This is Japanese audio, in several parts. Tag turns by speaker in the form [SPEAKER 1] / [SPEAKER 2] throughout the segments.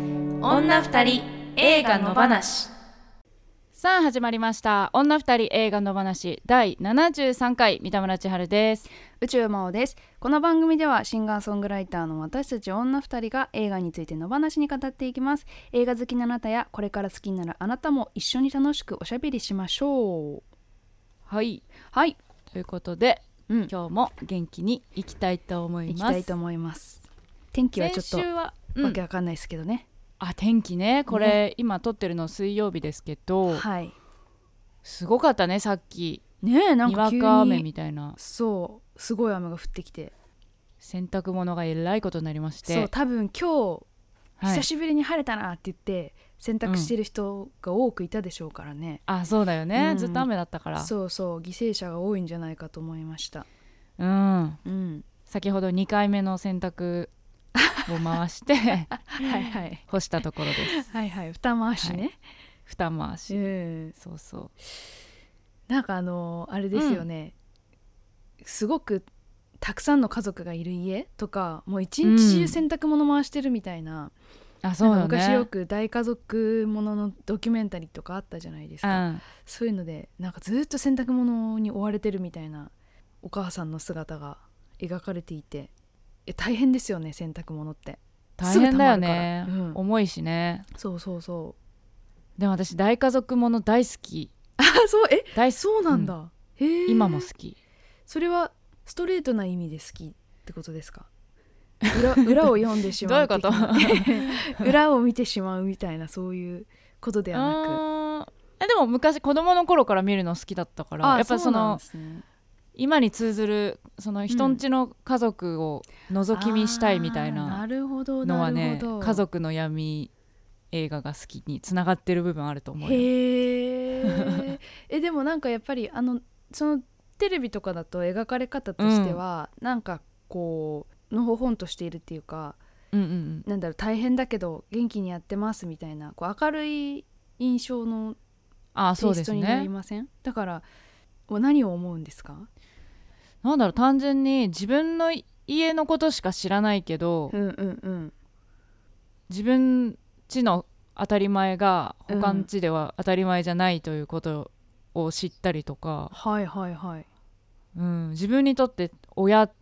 [SPEAKER 1] 女二人映画の話
[SPEAKER 2] さあ始まりました女二人映画の話第73回三田村千春です
[SPEAKER 3] 宇宙魔王ですこの番組ではシンガーソングライターの私たち女2人が映画についての話に語っていきます映画好きなあなたやこれから好きになるあなたも一緒に楽しくおしゃべりしましょう
[SPEAKER 2] はい
[SPEAKER 3] はい、
[SPEAKER 2] ということで
[SPEAKER 3] うん、行
[SPEAKER 2] 今日も元気に行きたいと思い
[SPEAKER 3] き
[SPEAKER 2] ます
[SPEAKER 3] たいと思います天気はちょっと
[SPEAKER 2] 先週は、うん
[SPEAKER 3] わけわかんないですけどね、
[SPEAKER 2] あ天気ねこれ今撮ってるの水曜日ですけど、
[SPEAKER 3] はい
[SPEAKER 2] すごかったねさっき
[SPEAKER 3] ねえなん
[SPEAKER 2] に
[SPEAKER 3] か
[SPEAKER 2] わ
[SPEAKER 3] 急に
[SPEAKER 2] か雨みたいな
[SPEAKER 3] そうすごい雨が降ってきて
[SPEAKER 2] 洗濯物がえらいことになりまして
[SPEAKER 3] そう多分今日、
[SPEAKER 2] はい
[SPEAKER 3] 久しぶりに晴れたなって言って洗濯してる人が多くいたでしょうからね、
[SPEAKER 2] あそうだよね、
[SPEAKER 3] うん
[SPEAKER 2] ずっと雨だったから
[SPEAKER 3] そうそう犠牲者が多いんじゃないかと思いました
[SPEAKER 2] うん
[SPEAKER 3] うん
[SPEAKER 2] 先ほど2回目の洗濯を回して
[SPEAKER 3] はいはい
[SPEAKER 2] 干したところです
[SPEAKER 3] はいはい二回しね、
[SPEAKER 2] 二回し
[SPEAKER 3] うん
[SPEAKER 2] そうそう
[SPEAKER 3] なんかあのーあれですよね、すごくたくさんの家族がいる家とかもう一日
[SPEAKER 2] うん
[SPEAKER 3] 中洗濯物回してるみたいな,、
[SPEAKER 2] あそうだね
[SPEAKER 3] なんか昔よく大家族もののドキュメンタリーとかあったじゃないです
[SPEAKER 2] う
[SPEAKER 3] か、
[SPEAKER 2] ん、
[SPEAKER 3] そういうのでなんかずっと洗濯物に追われてるみたいなお母さんの姿が描かれていてえ大変ですよね洗濯物って
[SPEAKER 2] 大変だよ
[SPEAKER 3] す
[SPEAKER 2] ね
[SPEAKER 3] ぐ溜まるからうん
[SPEAKER 2] 重いしね
[SPEAKER 3] そうそうそう
[SPEAKER 2] でも私大家族もの大好き
[SPEAKER 3] あそうえ
[SPEAKER 2] 大好き
[SPEAKER 3] そうなんだ、へえ
[SPEAKER 2] 今も好き
[SPEAKER 3] それはストレートな意味で好きってことで すか裏裏を読んでしまう的な
[SPEAKER 2] どう
[SPEAKER 3] 裏を見てしまうみたいなそういうことではなく
[SPEAKER 2] あーえでも昔子供の頃から見るの好きだったからやっぱそう
[SPEAKER 3] なん
[SPEAKER 2] の
[SPEAKER 3] ですね
[SPEAKER 2] 今に通ずるその人んちの家族を覗き見したいみたい
[SPEAKER 3] あーな
[SPEAKER 2] な
[SPEAKER 3] るほど
[SPEAKER 2] のは
[SPEAKER 3] なる
[SPEAKER 2] ね
[SPEAKER 3] ほど
[SPEAKER 2] 家族の闇映画が好きにつながってる部分あると思うよ
[SPEAKER 3] へーえでもなんかやっぱりあのそのテレビとかだと描かれ方としては、なんかこうのほほんとしているっていうか
[SPEAKER 2] うんうんうん
[SPEAKER 3] なんだろう大変だけど元気にやってますみたいなこう明るい印象の
[SPEAKER 2] あーそう
[SPEAKER 3] テイ
[SPEAKER 2] で
[SPEAKER 3] ス
[SPEAKER 2] す
[SPEAKER 3] トになり
[SPEAKER 2] ね
[SPEAKER 3] ません、だからもう何を思うんですか
[SPEAKER 2] なんだろう単純に自分の家のことしか知らないけど
[SPEAKER 3] うんうんうん
[SPEAKER 2] 自分ちの当たり前が他んちでは当たり前じゃないということを知ったりとか、
[SPEAKER 3] はいはいはい
[SPEAKER 2] うん、自分にとって親例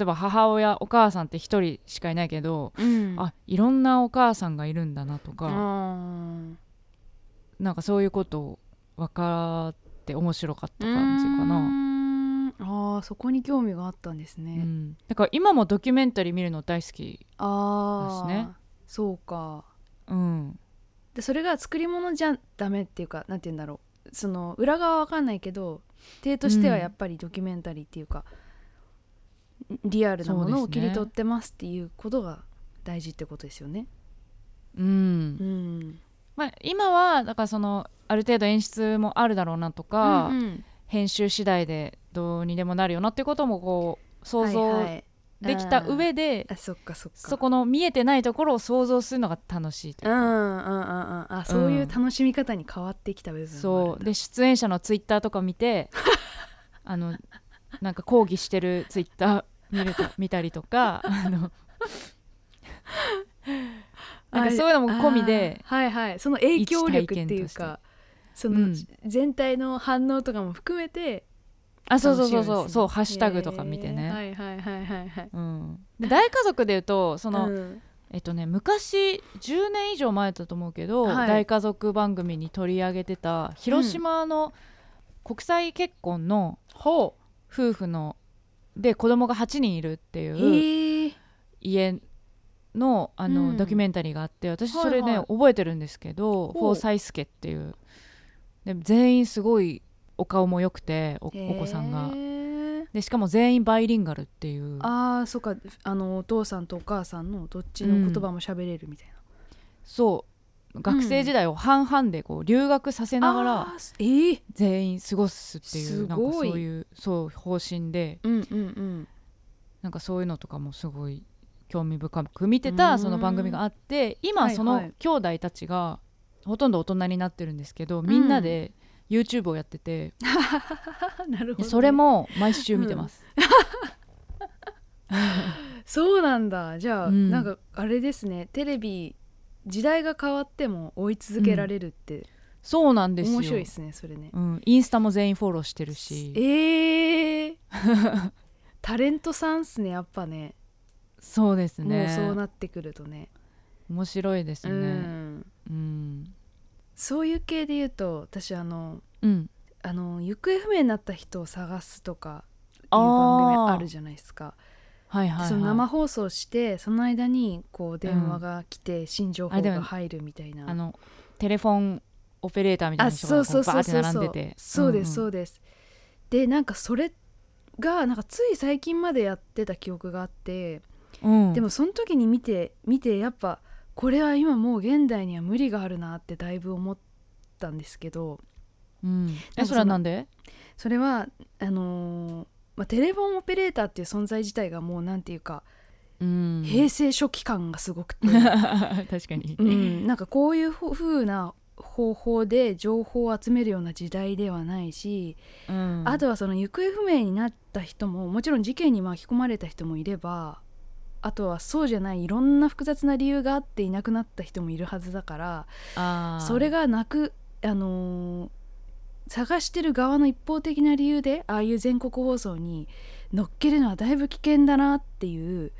[SPEAKER 2] えば母親お母さんって一人しかいないけど、
[SPEAKER 3] うん
[SPEAKER 2] あいろんなお母さんがいるんだなと
[SPEAKER 3] あ
[SPEAKER 2] か、
[SPEAKER 3] ー
[SPEAKER 2] なんかそういうことを分かって面白かった
[SPEAKER 3] うー
[SPEAKER 2] 感じかな。
[SPEAKER 3] んあーそこに興味があったんです
[SPEAKER 2] う
[SPEAKER 3] ね、
[SPEAKER 2] ん、だから今もドキュメンタリー見るの大好き、
[SPEAKER 3] ああ、
[SPEAKER 2] ですね
[SPEAKER 3] そうか
[SPEAKER 2] うん、
[SPEAKER 3] でそれが作り物じゃダメっていうかなんて言うんだろうその裏側は分かんないけど手としてはやっぱりドキュメンタリーっていうか、リアルなもの
[SPEAKER 2] そ
[SPEAKER 3] を
[SPEAKER 2] うです
[SPEAKER 3] 切
[SPEAKER 2] ね
[SPEAKER 3] り取ってますっていうことが大事ってことですよね。
[SPEAKER 2] うん
[SPEAKER 3] うん、
[SPEAKER 2] まあ、今はだからそのある程度演出もあるだろうなとか、
[SPEAKER 3] うんうん
[SPEAKER 2] 編集次第でどうにでもなるよなってこともこう想
[SPEAKER 3] はい
[SPEAKER 2] 像
[SPEAKER 3] はい
[SPEAKER 2] できた上で、
[SPEAKER 3] あそっかそっか
[SPEAKER 2] そこの見えてないところを想像するのが楽しいと
[SPEAKER 3] う
[SPEAKER 2] いうん
[SPEAKER 3] うんう
[SPEAKER 2] か、
[SPEAKER 3] んうんあそういう楽しみ方に変わってきた部分も
[SPEAKER 2] そ
[SPEAKER 3] あ
[SPEAKER 2] う
[SPEAKER 3] るんだ
[SPEAKER 2] で出演者のツイッターとか見 てあのなんか抗議してるツイッター見ると見たりとか あのなんかそういうのも込みで
[SPEAKER 3] あーはいはいその影響力っていう
[SPEAKER 2] 一体
[SPEAKER 3] かその、
[SPEAKER 2] うん
[SPEAKER 3] 全体の反応とかも含めて
[SPEAKER 2] あそうそうそう
[SPEAKER 3] 楽しみ
[SPEAKER 2] そ
[SPEAKER 3] で
[SPEAKER 2] う
[SPEAKER 3] す
[SPEAKER 2] そうハッシュタグとか見て
[SPEAKER 3] へー
[SPEAKER 2] ね、
[SPEAKER 3] はいはいはいはいはい
[SPEAKER 2] うん、で大家族でいうとその、
[SPEAKER 3] うん
[SPEAKER 2] えっとね昔10年以上前だと思うけど、
[SPEAKER 3] はい
[SPEAKER 2] 大家族番組に取り上げてた広島の国際結婚の夫婦の、で子供が8人いるっていう
[SPEAKER 3] へえ
[SPEAKER 2] 家のあの、
[SPEAKER 3] うん
[SPEAKER 2] ドキュメンタリーがあって私それね、
[SPEAKER 3] はいはい
[SPEAKER 2] 覚えてるんですけどフ
[SPEAKER 3] ほう
[SPEAKER 2] ォーサイスケっていうで全員すごいお顔も良くておお子さんが
[SPEAKER 3] へ。ー
[SPEAKER 2] でしかも全員バイリンガルっていう
[SPEAKER 3] あーそっかあのお父さんとお母さんのどっちの言葉も喋れるみたいな、
[SPEAKER 2] そう学生時代を半々でこう留学させながら、
[SPEAKER 3] あーええ
[SPEAKER 2] 全員過ごすっていう
[SPEAKER 3] すごい
[SPEAKER 2] なんかそういうそう方針で
[SPEAKER 3] うんう んうん
[SPEAKER 2] なんかそういうのとかもすごい興味深く見て
[SPEAKER 3] う
[SPEAKER 2] た
[SPEAKER 3] ん
[SPEAKER 2] その番組があって
[SPEAKER 3] は
[SPEAKER 2] 今
[SPEAKER 3] いはい
[SPEAKER 2] その兄弟たちがほとんど大人になってるんですけど、みんなで YouTube をやってて、
[SPEAKER 3] あなるほどね、
[SPEAKER 2] それも毎週見てます、
[SPEAKER 3] そうなんだじゃあ、
[SPEAKER 2] うん
[SPEAKER 3] なんかあれですねテレビ時代が変わっても追い続けられるって
[SPEAKER 2] そうなんですよ
[SPEAKER 3] 面白いですね、それね
[SPEAKER 2] うん、インスタも全員フォローしてるし
[SPEAKER 3] えー、 タレントさんっすねやっぱね
[SPEAKER 2] そうです
[SPEAKER 3] もう
[SPEAKER 2] ね
[SPEAKER 3] そうなってくるとね
[SPEAKER 2] 面白いです
[SPEAKER 3] う
[SPEAKER 2] ねうん、
[SPEAKER 3] ん
[SPEAKER 2] うん
[SPEAKER 3] そういう系で言うと私あのあの行方不明になった人を探すとかいう番組ある
[SPEAKER 2] じ
[SPEAKER 3] じゃないですか、
[SPEAKER 2] ゃん、はいはいはい、
[SPEAKER 3] その生放送してその間にこう電話が来て新情報が入るみたいな、
[SPEAKER 2] あのテレフォンオペレーターみたい
[SPEAKER 3] あ
[SPEAKER 2] な人
[SPEAKER 3] そう
[SPEAKER 2] がこ
[SPEAKER 3] そう
[SPEAKER 2] う
[SPEAKER 3] そ
[SPEAKER 2] バー
[SPEAKER 3] う
[SPEAKER 2] って
[SPEAKER 3] そう
[SPEAKER 2] 並んで
[SPEAKER 3] そ
[SPEAKER 2] て
[SPEAKER 3] うそうです
[SPEAKER 2] ん
[SPEAKER 3] そ
[SPEAKER 2] ん
[SPEAKER 3] うです、でなんかそれがなんかつい最近までやってた記憶があって、
[SPEAKER 2] うん
[SPEAKER 3] でもその時に見て見てやっぱこれは今もう現代には無理があるなってだいぶ思ったんですけど
[SPEAKER 2] うん
[SPEAKER 3] なんか
[SPEAKER 2] えそ
[SPEAKER 3] その
[SPEAKER 2] れはなんで
[SPEAKER 3] それはあのーまあ、テレフォンオペレーターっていう存在自体がもうなんていうか、
[SPEAKER 2] うん
[SPEAKER 3] 平成初期感がすごく て、
[SPEAKER 2] 確かに、
[SPEAKER 3] うん、なんかこういうふうな方法で情報を集めるような時代ではないし、
[SPEAKER 2] うん
[SPEAKER 3] あとはその行方不明になった人ももちろん事件に巻き込まれた人もいればあとはそうじゃないいろんな複雑な理由があっていなくなった人もいるはずだから
[SPEAKER 2] あー
[SPEAKER 3] それがなく、あのー探してる側の一方的な理由でああいう全国放送に乗っけるのはだいぶ危険だなっていう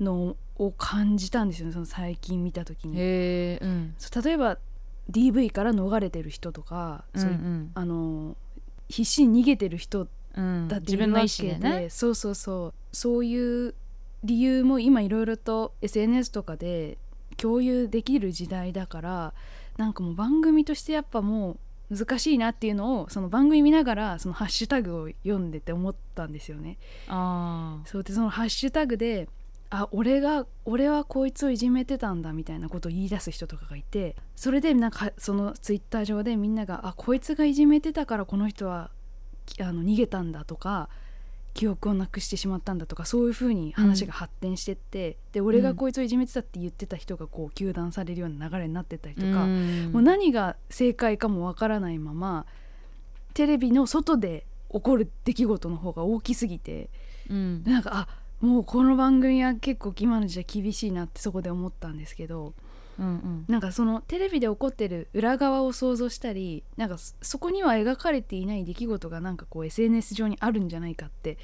[SPEAKER 3] のを感じたんですよねその最近見た時に。
[SPEAKER 2] へえうん
[SPEAKER 3] そう例えば DV から逃れてる人とか、そういうんあのー必死に逃げてる人
[SPEAKER 2] うん
[SPEAKER 3] だってい
[SPEAKER 2] 自
[SPEAKER 3] る
[SPEAKER 2] 分の
[SPEAKER 3] わ
[SPEAKER 2] 意
[SPEAKER 3] け
[SPEAKER 2] 思でね
[SPEAKER 3] そうそうそうそういう理由も今いろいろと SNS とかで共有できる時代だからなんかもう番組としてやっぱもう難しいなっていうのをその番組見ながらそのハッシュタグを読んでて思ったんですよね。
[SPEAKER 2] あ
[SPEAKER 3] そうでそのハッシュタグであ俺が俺はこいつをいじめてたんだみたいなことを言い出す人とかがいてそれでなんかそのツイッター上でみんながあこいつがいじめてたからこの人はきあの逃げたんだとか記憶をなくしてしまったんだとかそういうふうに話が発展してって、で俺がこいつをいじめてたって言ってた人がこう糾弾されるような流れになってたりと
[SPEAKER 2] ー
[SPEAKER 3] か、
[SPEAKER 2] ん
[SPEAKER 3] もう何が正解かもわからないままテレビの外で起こる出来事の方が大きすぎて。
[SPEAKER 2] うん
[SPEAKER 3] なんかあもうこの番組は結構今の時代厳しいなってそこで思ったんですけど
[SPEAKER 2] うんうん
[SPEAKER 3] なんかそのテレビで起こってる裏側を想像したりなんかそそこには描かれていない出来事がなんかこう SNS 上にあるんじゃないかって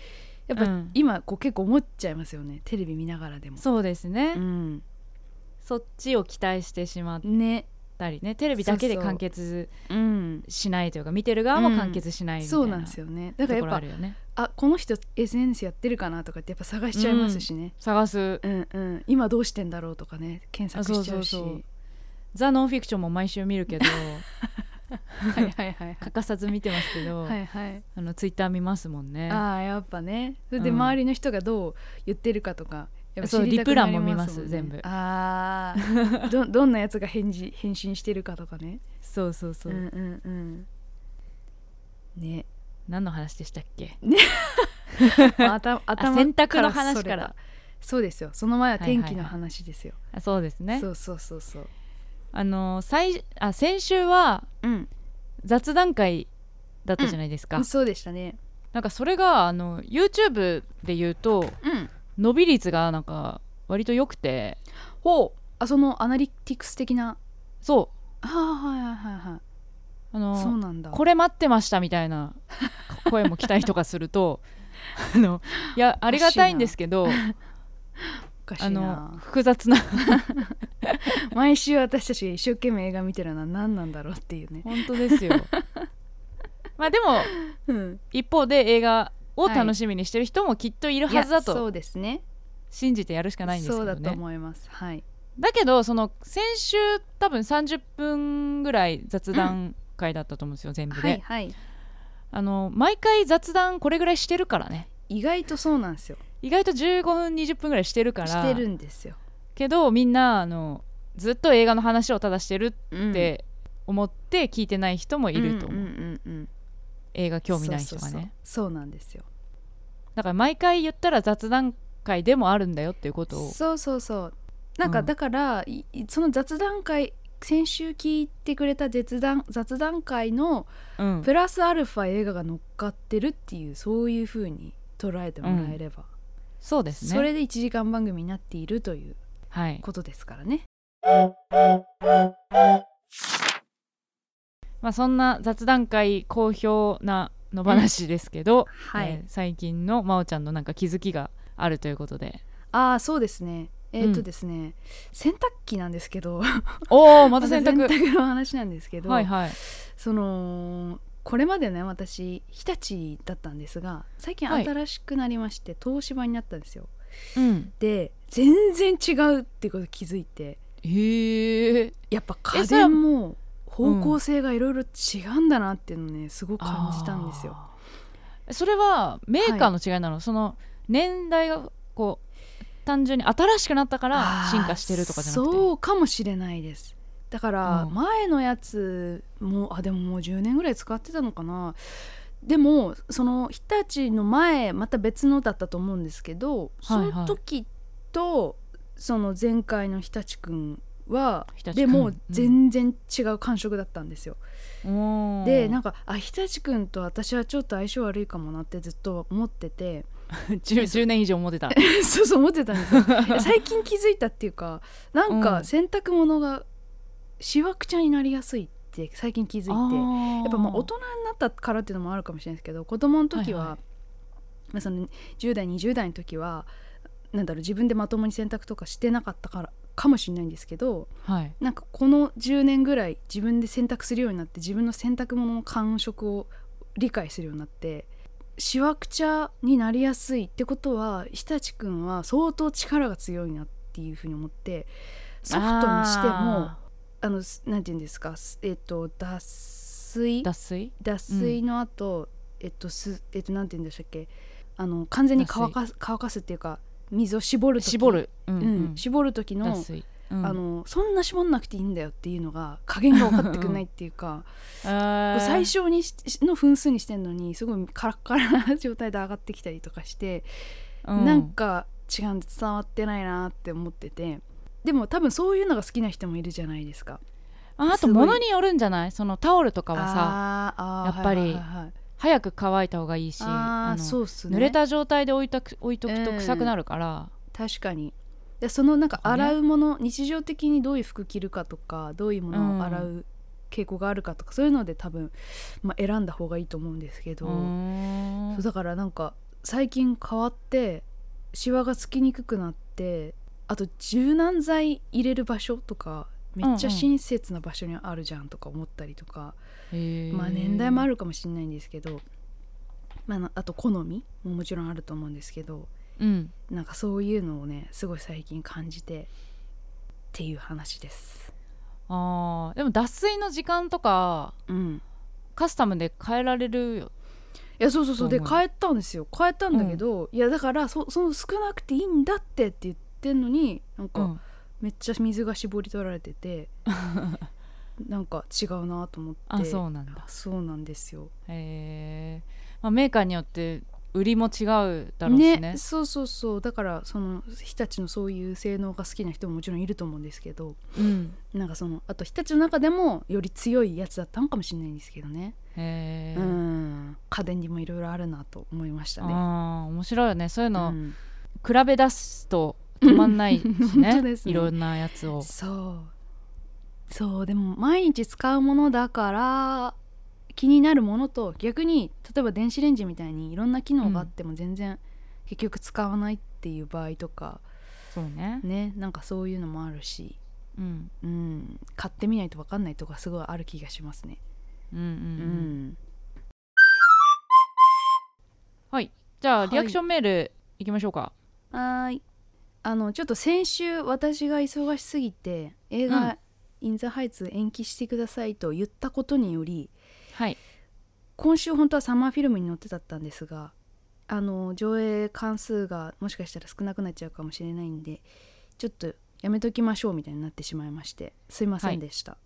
[SPEAKER 3] やっ
[SPEAKER 2] う
[SPEAKER 3] ぱ
[SPEAKER 2] ん
[SPEAKER 3] 今こう結構思っちゃいますよねテレビ見ながらでも。
[SPEAKER 2] そうですね、
[SPEAKER 3] うん、
[SPEAKER 2] そっちを期待してしまっ
[SPEAKER 3] ね、
[SPEAKER 2] たりねテレビだけで完結
[SPEAKER 3] うん、
[SPEAKER 2] しないというか見てる側も完結しないみたい
[SPEAKER 3] そ
[SPEAKER 2] な、
[SPEAKER 3] うなんですよねだ
[SPEAKER 2] だ
[SPEAKER 3] か
[SPEAKER 2] からら
[SPEAKER 3] やっぱ
[SPEAKER 2] あるよね
[SPEAKER 3] あこの人 SNS やってるかなとかってやっぱ探しちゃいますしね、
[SPEAKER 2] 探す
[SPEAKER 3] うんうん、今どうしてんだろうとかね検索しちゃうし。
[SPEAKER 2] あそうそうそうザ・ノンフィクションも毎週見るけど
[SPEAKER 3] はいはいはい
[SPEAKER 2] 欠かさず見てますけど、
[SPEAKER 3] はい、はいはい
[SPEAKER 2] あのツイッター見ますもんね
[SPEAKER 3] ああやっぱねそれで
[SPEAKER 2] うん
[SPEAKER 3] 周りの人がどう言ってるかとかやっぱ知
[SPEAKER 2] そう
[SPEAKER 3] りたくなり
[SPEAKER 2] リプランも見ます
[SPEAKER 3] んね
[SPEAKER 2] 全部
[SPEAKER 3] ああ どどんなやつが返事返信してるかとかね
[SPEAKER 2] そうそうそう、
[SPEAKER 3] んうんうん ね
[SPEAKER 2] 何の話でしたっけ
[SPEAKER 3] まあ頭頭
[SPEAKER 2] 洗濯の話
[SPEAKER 3] それ
[SPEAKER 2] か
[SPEAKER 3] た
[SPEAKER 2] ら
[SPEAKER 3] そうですよその前は天
[SPEAKER 2] は
[SPEAKER 3] 気
[SPEAKER 2] いは
[SPEAKER 3] の
[SPEAKER 2] いはい
[SPEAKER 3] 話ですよ、
[SPEAKER 2] あそうですね
[SPEAKER 3] そうそうそうそう
[SPEAKER 2] あの最あ先週は
[SPEAKER 3] うん
[SPEAKER 2] 雑談会だったじゃないですか、
[SPEAKER 3] そうでしたね
[SPEAKER 2] なんかそれがあの YouTube で言うと
[SPEAKER 3] うん
[SPEAKER 2] 伸び率がなんか割と良くて
[SPEAKER 3] ほうあそのアナリティクス的な
[SPEAKER 2] そ
[SPEAKER 3] あーはいはいはいはいう
[SPEAKER 2] あの
[SPEAKER 3] そうなんだ
[SPEAKER 2] これ待ってましたみたいな声も来たりとかする とあのいやありがたいんですけど
[SPEAKER 3] おかし
[SPEAKER 2] あ
[SPEAKER 3] い
[SPEAKER 2] の
[SPEAKER 3] な
[SPEAKER 2] 複雑な
[SPEAKER 3] 毎週私たちが一生懸命映画見てるのは何なんだろうっていうね
[SPEAKER 2] 本当ですよ まあでも
[SPEAKER 3] うん
[SPEAKER 2] 一方で映画を楽しみにしてる人もきっといるはずだ
[SPEAKER 3] いやそ
[SPEAKER 2] と
[SPEAKER 3] うですね
[SPEAKER 2] 信じてやるしかないんですけ
[SPEAKER 3] そう
[SPEAKER 2] ど
[SPEAKER 3] だと
[SPEAKER 2] ね
[SPEAKER 3] 思いますはい
[SPEAKER 2] だけどその先週多分30分ぐらい雑談会だったと思うんですよ、全部で、
[SPEAKER 3] はいはい
[SPEAKER 2] あの毎回雑談これぐらいしてるからね
[SPEAKER 3] 意外とそうなんですよ
[SPEAKER 2] 意外と15分20分ぐらいしてるから
[SPEAKER 3] してるんですよ
[SPEAKER 2] けどみんなあのずっと映画の話をただしてる
[SPEAKER 3] うん
[SPEAKER 2] って思って聞いてない人もいると思う、
[SPEAKER 3] うんうんうんうん
[SPEAKER 2] 映画興味ない人がね
[SPEAKER 3] そうそうそうそうなんですよ
[SPEAKER 2] だから毎回言ったら雑談会でもあるんだよっていうことを
[SPEAKER 3] そうそうそうなんか
[SPEAKER 2] うん
[SPEAKER 3] だから、いその雑談会先週聞いてくれた雑談雑談会の
[SPEAKER 2] うん
[SPEAKER 3] プラスアルファ映画が乗っかってるっていうそういう風に捉えてもらえれば、
[SPEAKER 2] そうですね
[SPEAKER 3] それで1時間番組になっているという
[SPEAKER 2] はい
[SPEAKER 3] ことですからね
[SPEAKER 2] まあ、そんな雑談会好評なの話ですけど、
[SPEAKER 3] はい、
[SPEAKER 2] えー最近の真央ちゃんのなんか気づきがあるということ で
[SPEAKER 3] ああそうですねえっ、
[SPEAKER 2] う
[SPEAKER 3] と
[SPEAKER 2] ん
[SPEAKER 3] ですね、洗濯機なんですけど
[SPEAKER 2] おおまた洗
[SPEAKER 3] 洗
[SPEAKER 2] 濯
[SPEAKER 3] 濯の話なんですけど、
[SPEAKER 2] はいはい
[SPEAKER 3] そのこれまでね私日立だったんですが最近
[SPEAKER 2] はい
[SPEAKER 3] 新しくなりまして、東芝になったんですよ
[SPEAKER 2] うん
[SPEAKER 3] で全然違うっていうことに気づいて
[SPEAKER 2] へえ
[SPEAKER 3] やっぱ
[SPEAKER 2] え
[SPEAKER 3] 家
[SPEAKER 2] それは
[SPEAKER 3] 電も方向性がいろいろ違うんだなっていうのをねすごく感じたんですよ。
[SPEAKER 2] あーそれはメーカーの違いなの、その年代がこう単純に新しくなったから
[SPEAKER 3] あー
[SPEAKER 2] 進化してるとかじゃなくて
[SPEAKER 3] そうかもしれないですだから
[SPEAKER 2] うん
[SPEAKER 3] 前のやつもあでももう10年ぐらい使ってたのかなでもその日立の前また別のだったと思うんですけどそ
[SPEAKER 2] はいはい
[SPEAKER 3] の時とその前回の日立くんは
[SPEAKER 2] 日立くん
[SPEAKER 3] でも
[SPEAKER 2] うん
[SPEAKER 3] 全然違う感触だったんですよ。
[SPEAKER 2] おー
[SPEAKER 3] でなんかあ日立くんと私はちょっと相性悪いかもなってずっと思ってて
[SPEAKER 2] 10, 10年以上思ってた
[SPEAKER 3] そうそう思ってたんですよ最近気づいたっていうかなん
[SPEAKER 2] う
[SPEAKER 3] か
[SPEAKER 2] ん
[SPEAKER 3] 洗濯物がしわくちゃになりやすいって最近気づいてやっぱまあ大人になったからっていうのもあるかもしれないですけど子供の時は、
[SPEAKER 2] はいはい
[SPEAKER 3] まあ、その10代20代の時はなんだろう自分でまともに洗濯とかしてなかったからかもしれないんですけど
[SPEAKER 2] はい
[SPEAKER 3] なんかこの10年ぐらい自分で洗濯するようになって自分の洗濯物の感触を理解するようになってしわくちゃになりやすいってことは日立くんは相当力が強いなっていうふうに思ってソフトにしてもあ
[SPEAKER 2] あ
[SPEAKER 3] のすなんて言うんですかすえっと脱
[SPEAKER 2] ー
[SPEAKER 3] 水
[SPEAKER 2] 脱水
[SPEAKER 3] 脱水の後、えっとすえっとなんて言うんでしたっけあの完全に乾かす乾かすっていうか水を絞る時
[SPEAKER 2] 絞、る、うん
[SPEAKER 3] うん絞る時の
[SPEAKER 2] 脱水、うん
[SPEAKER 3] あのそんな絞んなくていいんだよっていうのが加減が分かってくれないってい うか
[SPEAKER 2] あー
[SPEAKER 3] 最小にしの分数にしてんのにすごいカラッカラな状態で上がってきたりとかして、
[SPEAKER 2] う
[SPEAKER 3] なんか違うん伝わってないなって思っててでも多分そういうのが好きな人もいるじゃないですか。
[SPEAKER 2] ああ
[SPEAKER 3] す
[SPEAKER 2] と
[SPEAKER 3] ごい
[SPEAKER 2] 物によるんじゃないそのタオルとかはさ
[SPEAKER 3] あーあー
[SPEAKER 2] やっぱり
[SPEAKER 3] はいはいはいはい
[SPEAKER 2] 早く乾いた方がいいし
[SPEAKER 3] あ
[SPEAKER 2] あ
[SPEAKER 3] ー
[SPEAKER 2] の
[SPEAKER 3] そうっすね
[SPEAKER 2] 濡れた状態で置いたく置いとくと
[SPEAKER 3] うん
[SPEAKER 2] 臭くなるから、
[SPEAKER 3] 確かにでそのなんか
[SPEAKER 2] そうね
[SPEAKER 3] 洗うもの、日常的にどういう服着るかとかどういうものを洗う傾向があるかとか、そういうので多分、まあ、選んだ方がいいと思うんですけど。
[SPEAKER 2] うーん
[SPEAKER 3] そうだからなんか最近変わってシワがつきにくくなってあと柔軟剤入れる場所とかめっちゃ
[SPEAKER 2] うんうん
[SPEAKER 3] 親切な場所にあるじゃんとか思ったりとか、
[SPEAKER 2] へー
[SPEAKER 3] まあ年代もあるかもしれないんですけど、まあな、あと好みももちろんあると思うんですけど
[SPEAKER 2] うん
[SPEAKER 3] なんかそういうのをねすごい最近感じてっていう話です。
[SPEAKER 2] あーでも脱水の時間とか
[SPEAKER 3] うん、
[SPEAKER 2] カスタムで変えられるよ
[SPEAKER 3] いやそうそうそうで
[SPEAKER 2] そうなの
[SPEAKER 3] 変えたんですよ変えたんだけど、いやだからそその少なくていいんだってって言ってんのになんか、
[SPEAKER 2] うん
[SPEAKER 3] めっちゃ水が絞り取られ ててなんか違うなと思って
[SPEAKER 2] あそうなんだ
[SPEAKER 3] あそうなんですよ
[SPEAKER 2] へえ、まあ、メーカーによって売りも違うだろうしね
[SPEAKER 3] そうそうそうだからその日立のそういう性能が好きな人ももちろんいると思うんですけど
[SPEAKER 2] うん
[SPEAKER 3] なんかそのあと日立の中でもより強いやつだったのかもしれないんですけどね、
[SPEAKER 2] へえ、
[SPEAKER 3] うん家電にもいろいろあるなと思いましたね。
[SPEAKER 2] あー面白いよねそういう
[SPEAKER 3] う
[SPEAKER 2] の、
[SPEAKER 3] ん
[SPEAKER 2] 比べ出すと止まんないし
[SPEAKER 3] 本当
[SPEAKER 2] ね
[SPEAKER 3] ですね
[SPEAKER 2] いろんなやつを
[SPEAKER 3] そうそうでも毎日使うものだから気になるものと逆に例えば電子レンジみたいにいろんな機能があっても全然結局使わないっていう場合とか
[SPEAKER 2] そうね、
[SPEAKER 3] ねなんかそういうのもあるし、
[SPEAKER 2] うん、
[SPEAKER 3] うん、買ってみないと分かんないとかすごいある気がしますね。
[SPEAKER 2] うんうん
[SPEAKER 3] う
[SPEAKER 2] うん
[SPEAKER 3] ん、
[SPEAKER 2] はいじゃあ、
[SPEAKER 3] はい
[SPEAKER 2] リアクションメールいきましょうか
[SPEAKER 3] はーいあのちょっと先週私が忙しすぎて映画「
[SPEAKER 2] うん
[SPEAKER 3] イン・ザ・ハイツ」延期してくださいと言ったことにより
[SPEAKER 2] はい
[SPEAKER 3] 今週本当はサマーフィルムに載ってたったんですがあの上映関数がもしかしたら少なくなっちゃうかもしれないんでちょっとやめときましょうみたいになってしまいましてすいませんでした、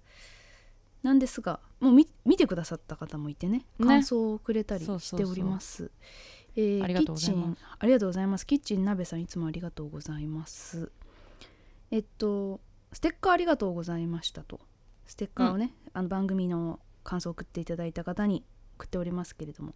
[SPEAKER 3] なんですがもうみ見てくださった方もいてね
[SPEAKER 2] ね
[SPEAKER 3] 感想をくれたり
[SPEAKER 2] そう
[SPEAKER 3] し
[SPEAKER 2] そう
[SPEAKER 3] て
[SPEAKER 2] そう
[SPEAKER 3] おります、えー
[SPEAKER 2] ありがとうございます
[SPEAKER 3] キッチンありがとうございますキッチン鍋さんいつもありがとうございますえっとステッカーありがとうございましたとステッカーをね、あの番組の感想を送っていただいた方に送っておりますけれども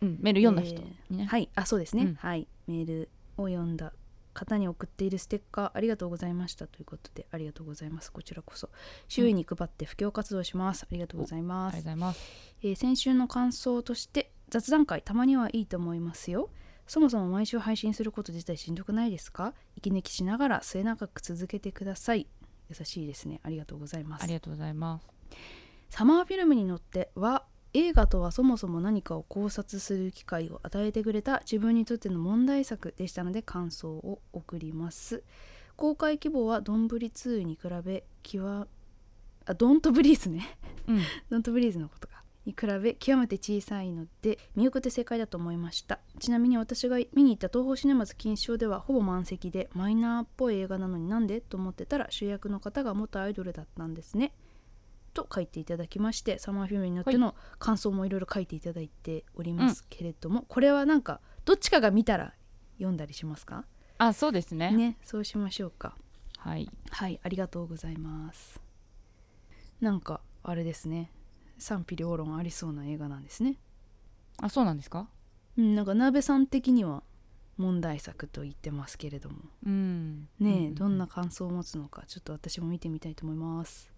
[SPEAKER 2] うん、メール読んだ人にね、
[SPEAKER 3] はいあそうですね、
[SPEAKER 2] うん
[SPEAKER 3] はいメールを読んだ方に送っているステッカーありがとうございましたということでありがとうございますこちらこそ周囲に配って布教活動します、ありがとうござい
[SPEAKER 2] ありがと
[SPEAKER 3] ま
[SPEAKER 2] うご
[SPEAKER 3] す
[SPEAKER 2] ざいます
[SPEAKER 3] えー先週の感想として雑談会たまにはいいと思いますよそもそも毎週配信すること自体しんどくないですか息抜きしながら末永く続けてください優しいですねありがとうございま
[SPEAKER 2] あ
[SPEAKER 3] す
[SPEAKER 2] りがとうございます
[SPEAKER 3] サマーフィルムに乗っては映画とはそもそも何かを考察する機会を与えてくれた自分にとっての問題作でしたので感想を送ります公開規模はドンブリ2に比べ極あドントブリーズね
[SPEAKER 2] うん
[SPEAKER 3] ドントブリーズのことかに比べ極めて小さいので見送って正解だと思いましたちなみに私が見に行った東宝シネマズ金賞ではほぼ満席でマイナーっぽい映画なのになんでと思ってたら主役の方が元アイドルだったんですねと書いていただきましてサマーフィルムに乗っての感想もいろいろ書いていただいておりますけれども、これはなんかどっちかが見たら読んだりしますか
[SPEAKER 2] あそうですね
[SPEAKER 3] ねそうしましょうか
[SPEAKER 2] はい
[SPEAKER 3] はいありがとうございますなんかあれですね賛否両論ありそうな映画なんですね
[SPEAKER 2] あそうなんですか
[SPEAKER 3] うんなんか鍋さん的には問題作と言ってますけれども
[SPEAKER 2] うん
[SPEAKER 3] ねえ、
[SPEAKER 2] うう
[SPEAKER 3] どんな感想を持つのかちょっと私も見てみたいと思います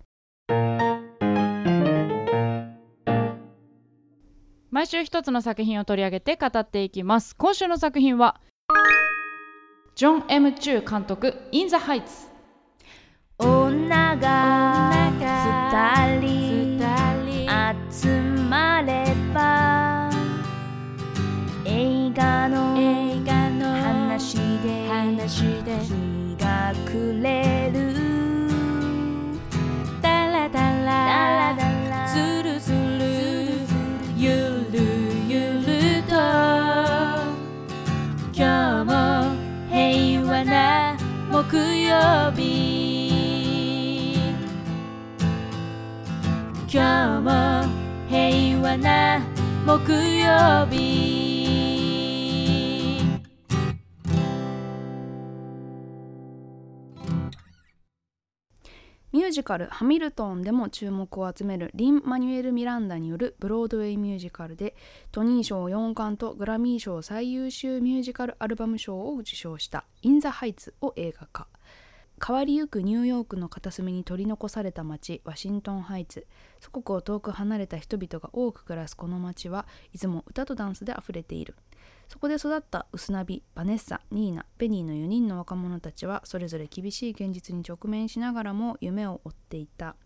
[SPEAKER 2] 毎週一つの作品を取り上げて語っていきます今週の作品はジョン・ M ・チュー監督「イン・ザ・ハイツ
[SPEAKER 1] 女が二人集まれば映画の話で日が暮れるダラダラズルズルゆるゆると今日も平和な木曜日今日も平和な木曜日」
[SPEAKER 3] ミュージカル「ハミルトン」でも注目を集めるリン・マニュエル・ミランダによるブロードウェイミュージカルでトニー賞4冠とグラミー賞最優秀ミュージカルアルバム賞を受賞した「イン・ザ・ハイツ」を映画化変わりゆくニューヨークの片隅に取り残された町ワシントンハイツ祖国を遠く離れた人々が多く暮らすこの町はいつも歌とダンスで溢れているそこで育ったウスナビ、バネッサ、ニーナ、ベニーの4人の若者たちはそれぞれ厳しい現実に直面しながらも夢を追っていた。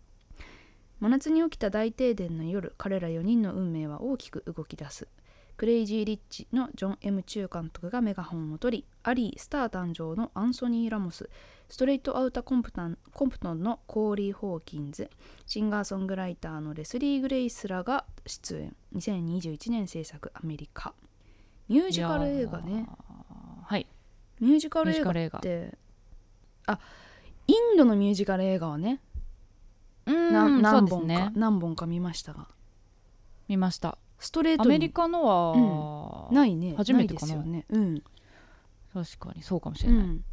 [SPEAKER 3] 真夏に起きた大停電の夜、彼ら4人の運命は大きく動き出す。クレイジー・リッチのジョン・ M ・チュー監督がメガホンを取り、アリー・スター誕生のアンソニー・ラモス、ストレイト・アウタ・コンプタンコンプトンのコーリー・ホーキンズ、シンガーソングライターのレスリー・グレイスらが出演。2021年制作アメリカ。ミュ」ージカル映画
[SPEAKER 2] いや
[SPEAKER 3] ね。
[SPEAKER 2] ーはい
[SPEAKER 3] ミュージカ
[SPEAKER 2] ミュ
[SPEAKER 3] ル
[SPEAKER 2] ージ
[SPEAKER 3] 映
[SPEAKER 2] カ
[SPEAKER 3] 画
[SPEAKER 2] ル映画
[SPEAKER 3] ってあインドのミュージカル映画はね
[SPEAKER 2] うんそ
[SPEAKER 3] な
[SPEAKER 2] う
[SPEAKER 3] 何
[SPEAKER 2] です
[SPEAKER 3] 本か、
[SPEAKER 2] ね
[SPEAKER 3] 何本か見ましたが
[SPEAKER 2] 見ました
[SPEAKER 3] ストレー
[SPEAKER 2] ア
[SPEAKER 3] ト
[SPEAKER 2] メリ
[SPEAKER 3] に
[SPEAKER 2] カのは、
[SPEAKER 3] ないね
[SPEAKER 2] 初めてかな
[SPEAKER 3] な
[SPEAKER 2] い
[SPEAKER 3] ですよね、うん
[SPEAKER 2] 確かにそうかもし
[SPEAKER 3] う
[SPEAKER 2] れない、
[SPEAKER 3] ん、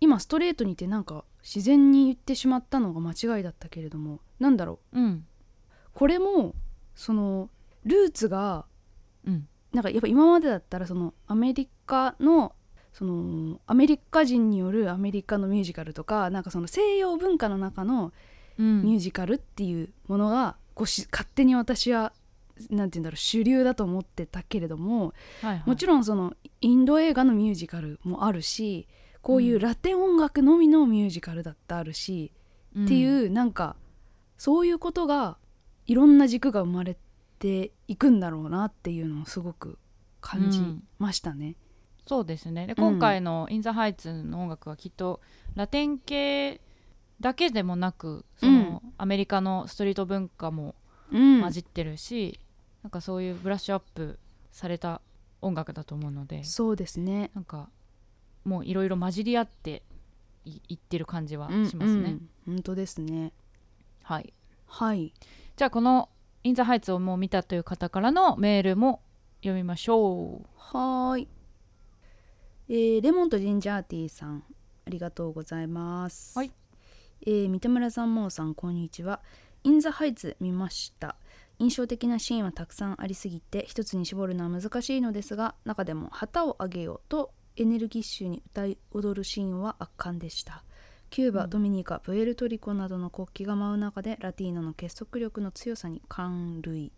[SPEAKER 3] 今ストレートにってなんか自然に言ってしまったのが間違いだったけれどもなんだろ
[SPEAKER 2] うん
[SPEAKER 3] うこれもそのルーツが
[SPEAKER 2] うん
[SPEAKER 3] なんかやっぱ今までだったらそのアメリカのそのアメリカ人によるアメリカのミュージカルとかなんかその西洋文化の中の
[SPEAKER 2] うん
[SPEAKER 3] ミュージカルっていうものがこうし勝手に私はなんて言うんだろう主流だと思ってたけれども
[SPEAKER 2] はいはい
[SPEAKER 3] もちろんそのインド映画のミュージカルもあるしこういうラテン音楽のみのミュージカルだってあるし、
[SPEAKER 2] ん
[SPEAKER 3] っていうなんかそういうことがいろんな軸が生まれていくんだろうなっていうのをすごく感じましたね。
[SPEAKER 2] そうですねで
[SPEAKER 3] うん
[SPEAKER 2] 今回の「イン・ザ・ハイツ」の音楽はきっとラテン系だけでもなくその、アメリカのストリート文化も
[SPEAKER 3] うん
[SPEAKER 2] 混じってるし、なんかそういうブラッシュアップされた音楽だと思うので
[SPEAKER 3] そうですね。
[SPEAKER 2] なんかもういろいろ混じり合っていいってる感じはしますね。
[SPEAKER 3] うんうん本当ですね。
[SPEAKER 2] はい、
[SPEAKER 3] はい。
[SPEAKER 2] じゃあこの「イン・ザ・ハイツ」をもう見たという方からのメールも読みましょう。
[SPEAKER 3] はーい、えーレモンとジンジャーティーさんありがとうございます、
[SPEAKER 2] はい
[SPEAKER 3] えー三田村さんもうさんこんにちはインザハイツ見ました印象的なシーンはたくさんありすぎて一つに絞るのは難しいのですが中でも旗をあげようと、えエネルギッシュに歌い踊るシーンは圧巻でしたキューバ、
[SPEAKER 2] うん
[SPEAKER 3] ドミニカプエルトリコなどの国旗が舞う中でラティーノの結束力の強さに感涙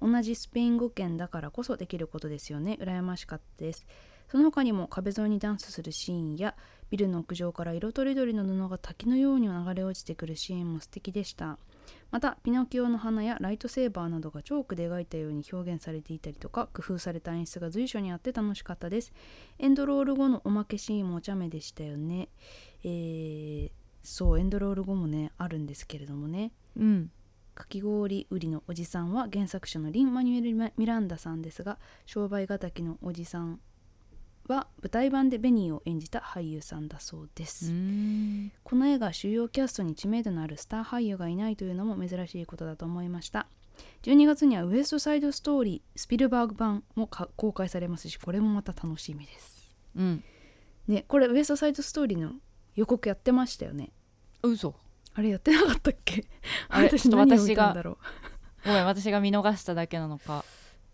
[SPEAKER 3] 同じスペイン語圏だからこそできることですよね羨ましかったですその他にも壁沿いにダンスするシーンやビルの屋上から色とりどりの布が滝のように流れ落ちてくるシーンも素敵でしたまたピノキオの花やライトセーバーなどがチョークで描いたように表現されていたりとか工夫された演出が随所にあって楽しかったですエンドロール後のおまけシーンもお茶目でしたよねえーそうエンドロール後もねあるんですけれどもね
[SPEAKER 2] うん
[SPEAKER 3] かき氷売りのおじさんは原作者のリン・マニュエル・ミミランダさんですが商売敵のおじさんは舞台版でベニーを演じた俳優さんだそうで
[SPEAKER 2] う
[SPEAKER 3] す、
[SPEAKER 2] ん
[SPEAKER 3] この映画主要キャストに知名度のあるスター俳優がいないというのも珍しいことだと思いました12月にはウエストサイドストーリースピルバーグ版もか公開されますしこれもまた楽しみです
[SPEAKER 2] うん
[SPEAKER 3] ねこれウエストサイドストーリーの予告やってましたよね
[SPEAKER 2] 嘘
[SPEAKER 3] あれやってなかったっけ
[SPEAKER 2] あれちょっと
[SPEAKER 3] 何を
[SPEAKER 2] 私
[SPEAKER 3] 見
[SPEAKER 2] が
[SPEAKER 3] たんだろう
[SPEAKER 2] ごめん私が見逃しただけなのか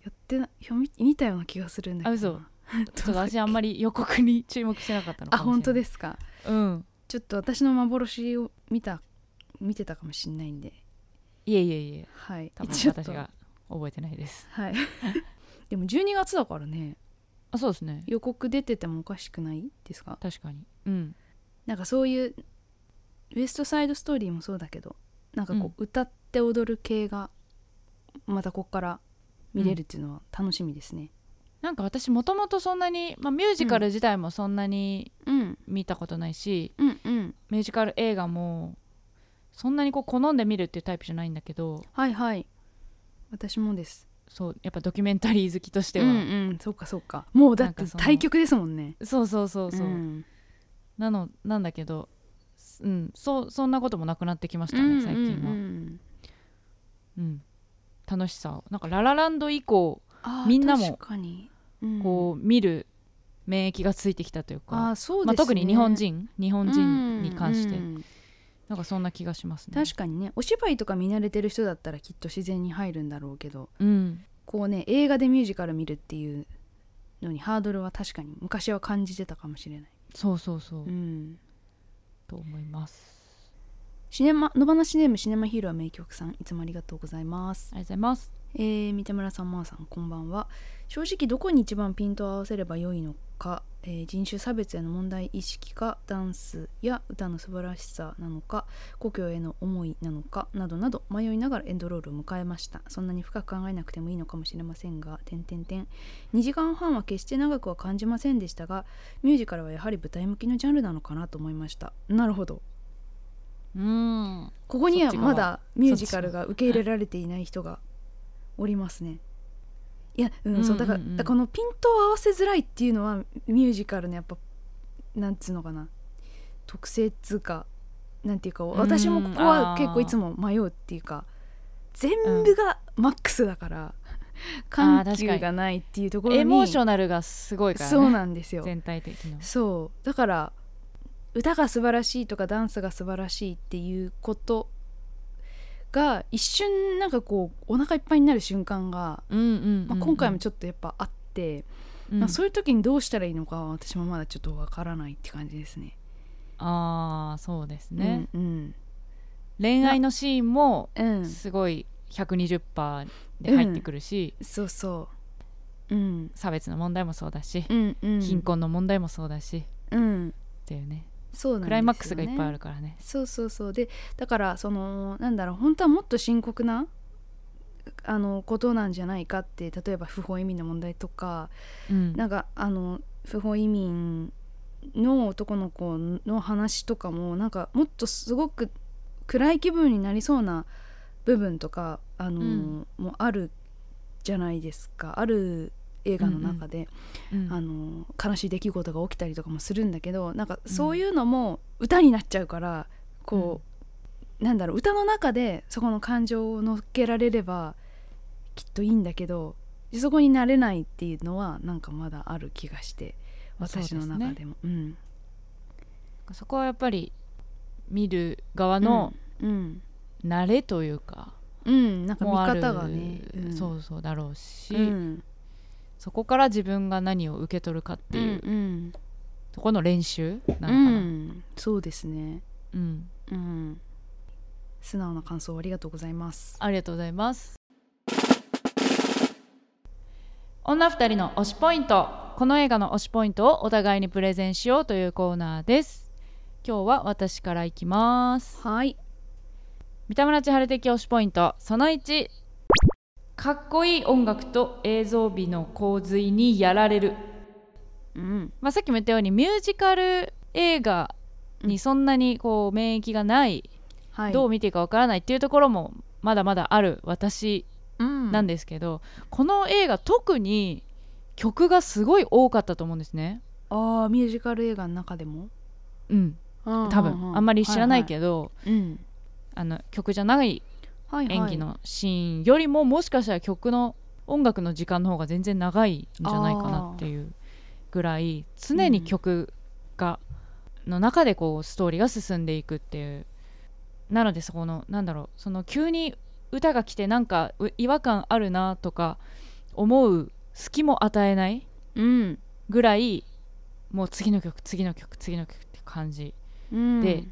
[SPEAKER 3] やってなひょみ見たような気がするんだけ ど
[SPEAKER 2] あ
[SPEAKER 3] な
[SPEAKER 2] ちょっと私あんまり予告に注目してなかったの
[SPEAKER 3] あ
[SPEAKER 2] かも
[SPEAKER 3] 本
[SPEAKER 2] しれ
[SPEAKER 3] 当
[SPEAKER 2] ない
[SPEAKER 3] ですか
[SPEAKER 2] あ本当ですうん
[SPEAKER 3] ちょっと私の幻を見た見てたかもしれないんで
[SPEAKER 2] いえいえいえ
[SPEAKER 3] はい
[SPEAKER 2] 多分
[SPEAKER 3] 一応
[SPEAKER 2] 私が覚えてないです
[SPEAKER 3] はい でも12月だからね
[SPEAKER 2] あそうですね
[SPEAKER 3] 予告出ててもおかしくないですか
[SPEAKER 2] 確かにうん
[SPEAKER 3] なんかそういうウエストサイドストーリーもそうだけどなんかこう、歌って踊る系がまたここから見れるっていうのは楽しみですね
[SPEAKER 2] なんか私もともとそんなに、まあ、ミュージカル自体もそんなに
[SPEAKER 3] うん
[SPEAKER 2] 見たことないし、
[SPEAKER 3] うんうん
[SPEAKER 2] ミュージカル映画もそんなにこう好んで見るっていうタイプじゃないんだけど
[SPEAKER 3] はいはい私もです
[SPEAKER 2] そうやっぱドキュメンタリー好きとしては、
[SPEAKER 3] うんうんそうかそうかもうだって
[SPEAKER 2] なんかその
[SPEAKER 3] 対局ですもんね
[SPEAKER 2] そうそうそうそう、
[SPEAKER 3] ん
[SPEAKER 2] なのなんだけどすうんそうそんなこともなくなってきましたね最近は、
[SPEAKER 3] う
[SPEAKER 2] うん
[SPEAKER 3] うんん
[SPEAKER 2] 楽しさをなんか「ララランド」以降
[SPEAKER 3] あー
[SPEAKER 2] みんなも
[SPEAKER 3] 確かに、
[SPEAKER 2] こう見る免疫がついてきたという
[SPEAKER 3] うんあ
[SPEAKER 2] か、
[SPEAKER 3] ーそうですね、
[SPEAKER 2] まあ、特に日本人日本人に関して、
[SPEAKER 3] うんうん
[SPEAKER 2] なんかそんな気がしますね
[SPEAKER 3] 確かにねお芝居とか見慣れてる人だったらきっと自然に入るんだろうけど
[SPEAKER 2] うん
[SPEAKER 3] こうね映画でミュージカル見るっていうのにハードルは確かに昔は感じてたかもしれない、
[SPEAKER 2] そうそうそう、
[SPEAKER 3] うん、
[SPEAKER 2] と思います
[SPEAKER 3] シネマ野放しネームシネマヒーローは名曲さんいつもありがとうございます
[SPEAKER 2] ありがとうございます
[SPEAKER 3] えー、三田村さんまーさんこんばんは正直どこに一番ピントを合わせれば良いのか、えー人種差別への問題意識かダンスや歌の素晴らしさなのか故郷への思いなのかなどなど迷いながらエンドロールを迎えましたそんなに深く考えなくてもいいのかもしれませんが点点点2時間半は決して長くは感じませんでしたがミュージカルはやはり舞台向きのジャンルなのかなと思いましたなるほど
[SPEAKER 2] うん
[SPEAKER 3] ここには
[SPEAKER 2] そっち側
[SPEAKER 3] まだミュージカルが受け入れられていない人がおりますね。いや、うん、そうだから、
[SPEAKER 2] うんうんうん
[SPEAKER 3] だからこのピントを合わせづらいっていうのはミュージカルのやっぱなんつうのかな特性っつうかなんていうか私もここは
[SPEAKER 2] あー
[SPEAKER 3] 結構いつも迷うっていうか全部がマックスだから、緩急がないっていうところに
[SPEAKER 2] エモーショナルがすごいからね
[SPEAKER 3] そうなんですよ。
[SPEAKER 2] 全体的な
[SPEAKER 3] そうだから歌が素晴らしいとかダンスが素晴らしいっていうことが一瞬なんかこうお腹いっぱいになる瞬間が、
[SPEAKER 2] うんうんうんうん
[SPEAKER 3] まあ、今回もちょっとやっぱあって、
[SPEAKER 2] うん
[SPEAKER 3] まあ、そういう時にどうしたらいいのかは私もまだちょっとわからないって感じですね。
[SPEAKER 2] あーそうですね、
[SPEAKER 3] うん
[SPEAKER 2] 恋愛のシーンも
[SPEAKER 3] うん、うん
[SPEAKER 2] すごい120%で入ってくるし、
[SPEAKER 3] そうそう、うん、
[SPEAKER 2] 差別の問題もそうだし、
[SPEAKER 3] うんうん
[SPEAKER 2] 貧、困の問題もそうだしっ
[SPEAKER 3] うん、
[SPEAKER 2] ていうね
[SPEAKER 3] そうなんですよね
[SPEAKER 2] クライマックスがいっぱいあるからね
[SPEAKER 3] そうそうそうでだからそのなんだろう本当はもっと深刻なあのことなんじゃないかって例えば不法移民の問題とか
[SPEAKER 2] うん
[SPEAKER 3] なんかあの不法移民の男の子の話とかもなんかもっとすごく暗い気分になりそうな部分とかあの、
[SPEAKER 2] うん
[SPEAKER 3] もうあるじゃないですかある映画の中で、
[SPEAKER 2] うん
[SPEAKER 3] あの悲しい出来事が起きたりとかもするんだけどなんかそういうのも歌になっちゃうから、こうなんだろう歌の中でそこの感情を乗っけられればきっといいんだけどそこになれないっていうのはなんかまだある気がして私の中でも。うん
[SPEAKER 2] そこはやっぱり見る側の
[SPEAKER 3] うん
[SPEAKER 2] 慣れというか、
[SPEAKER 3] うん、なんか見
[SPEAKER 2] もうある
[SPEAKER 3] 方がね、うん、
[SPEAKER 2] そうそうだろうし、
[SPEAKER 3] うん
[SPEAKER 2] そこから自分が何を受け取るかっていう
[SPEAKER 3] うん
[SPEAKER 2] そこの練習なのかな、
[SPEAKER 3] う、ん、そうですね。
[SPEAKER 2] うん、
[SPEAKER 3] うん。素直な感想ありがとうございます。
[SPEAKER 2] ありがとうございます女二人の推しポイントこの映画の推しポイントをお互いにプレゼンしようというコーナーです今日は私からいきます
[SPEAKER 3] はい。
[SPEAKER 2] 三田村千春的推しポイントその1かっこいい音楽と映像美の洪水にやられる、
[SPEAKER 3] うん。
[SPEAKER 2] まあ、さっきも言ったようにミュージカル映画にそんなにこう免疫がない、
[SPEAKER 3] はい。
[SPEAKER 2] どう見ていいかわからないっていうところもまだまだある私
[SPEAKER 3] うん。
[SPEAKER 2] なん
[SPEAKER 3] で。
[SPEAKER 2] ですけど、この映画特に曲がすごい多かったと思うんですね。
[SPEAKER 3] ああ、ミュージカル映画の中でも。
[SPEAKER 2] うん、
[SPEAKER 3] 多
[SPEAKER 2] 多分、あんまり知らないけど、
[SPEAKER 3] ど。うん。
[SPEAKER 2] あの曲じゃない
[SPEAKER 3] はいはい。
[SPEAKER 2] 演技のシーンよりももしかしたら曲の音楽の時間の方が全然長いんじゃないかなっていうぐらい常に曲が、の中でこうストーリーが進んでいくっていうなのでそこのなんだろうその急に歌が来てなんかう違和感あるなとか思う隙も与えない
[SPEAKER 3] うん。
[SPEAKER 2] ぐらいもう次の曲次の曲次の曲って感じ、
[SPEAKER 3] うん。
[SPEAKER 2] で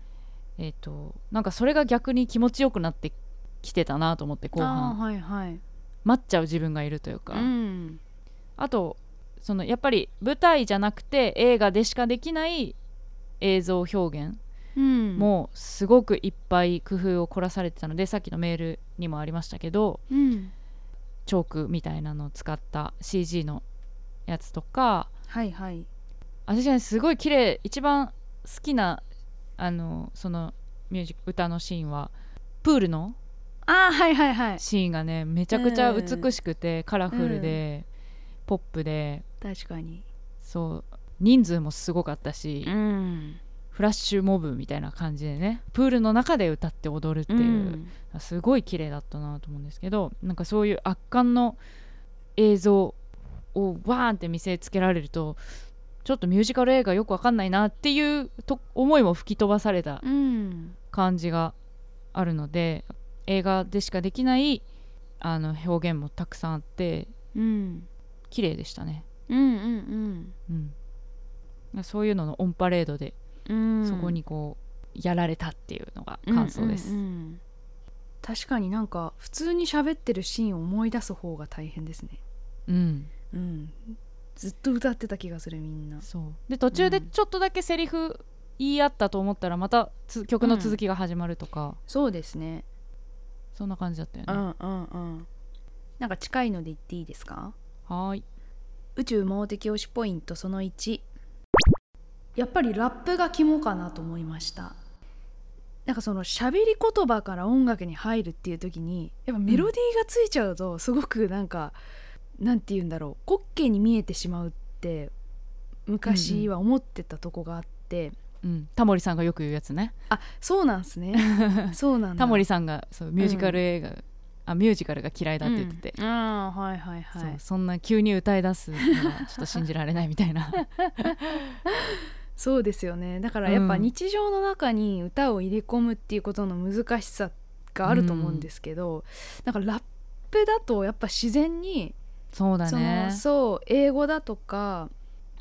[SPEAKER 2] えっ、となんかそれが逆に気持ちよくなってきてたなと思って後半
[SPEAKER 3] あーはいはい。
[SPEAKER 2] 待っちゃう自分がいるというか、
[SPEAKER 3] うん。
[SPEAKER 2] あとそのやっぱり舞台じゃなくて映画でしかできない映像表現
[SPEAKER 3] うん。
[SPEAKER 2] もすごくいっぱい工夫を凝らされてたので、さっきのメールにもありましたけど
[SPEAKER 3] う。うん。
[SPEAKER 2] チョークみたいなのを使った CG のやつとか
[SPEAKER 3] はいはい。
[SPEAKER 2] 私はねすごい綺麗一番好きなあのそのミュージック歌のシーンはプールの
[SPEAKER 3] ああ、はいはいはい。
[SPEAKER 2] シーンがねめちゃくちゃ美しくて、カラフルで、ポップで
[SPEAKER 3] 確かに。
[SPEAKER 2] そう人数もすごかったし、
[SPEAKER 3] ん。
[SPEAKER 2] フラッシュモブみたいな感じでねプールの中で歌って踊るっていう、すごい綺麗だったなと思うんですけどなんかそういう圧巻の映像をバーンって見せつけられるとちょっとミュージカル映画よくわかんないなっていうと思いも吹き飛ばされた
[SPEAKER 3] うん。
[SPEAKER 2] 感じがあるので映画でしかできないあの表現もたくさんあって
[SPEAKER 3] うん。
[SPEAKER 2] 綺麗でしたね。
[SPEAKER 3] うんうん
[SPEAKER 2] うん、そういうののオンパレードで
[SPEAKER 3] うん。うん。
[SPEAKER 2] そこにこうやられたっていうのが感想です。
[SPEAKER 3] うんうんうん確かになんか普通に喋ってるシーンを思い出す方が大変ですね。
[SPEAKER 2] うん
[SPEAKER 3] うん。ずっと歌ってた気がするみんな。
[SPEAKER 2] そうで途中でちょっとだけセリフ言い合ったと思ったらまたつ曲の続きが始まるとか、
[SPEAKER 3] そうですね。
[SPEAKER 2] そんな感じだったよ
[SPEAKER 3] う
[SPEAKER 2] ね。
[SPEAKER 3] んうんうん。なんか近いので言っていいですか？
[SPEAKER 2] はーい
[SPEAKER 3] 宇宙盲的推しポイントその1やっぱりラップが肝かなと思いましたなんかその喋り言葉から音楽に入るっていう時にやっぱメロディーがついちゃうとすごくなんか、なんて言うんだろう滑稽に見えてしまうって昔は思ってたとこがあって、
[SPEAKER 2] うん、タモリさんがよく言うやつね
[SPEAKER 3] あそうなん すねそうなんだ
[SPEAKER 2] タモリさんがそうミュージカル映画、あミュージカルが嫌いだって言ってて、
[SPEAKER 3] うんああはいはいは
[SPEAKER 2] そ
[SPEAKER 3] いう
[SPEAKER 2] そんな急に歌い出すのはちょっと信じられないみたいな
[SPEAKER 3] そうですよねだからやっぱ
[SPEAKER 2] うん
[SPEAKER 3] 日常の中に歌を入れ込むっていうことの難しさがあると思うんですけど、なんかラップだとやっぱ自然に
[SPEAKER 2] そうだ
[SPEAKER 3] そ
[SPEAKER 2] ね
[SPEAKER 3] のそう英語だとか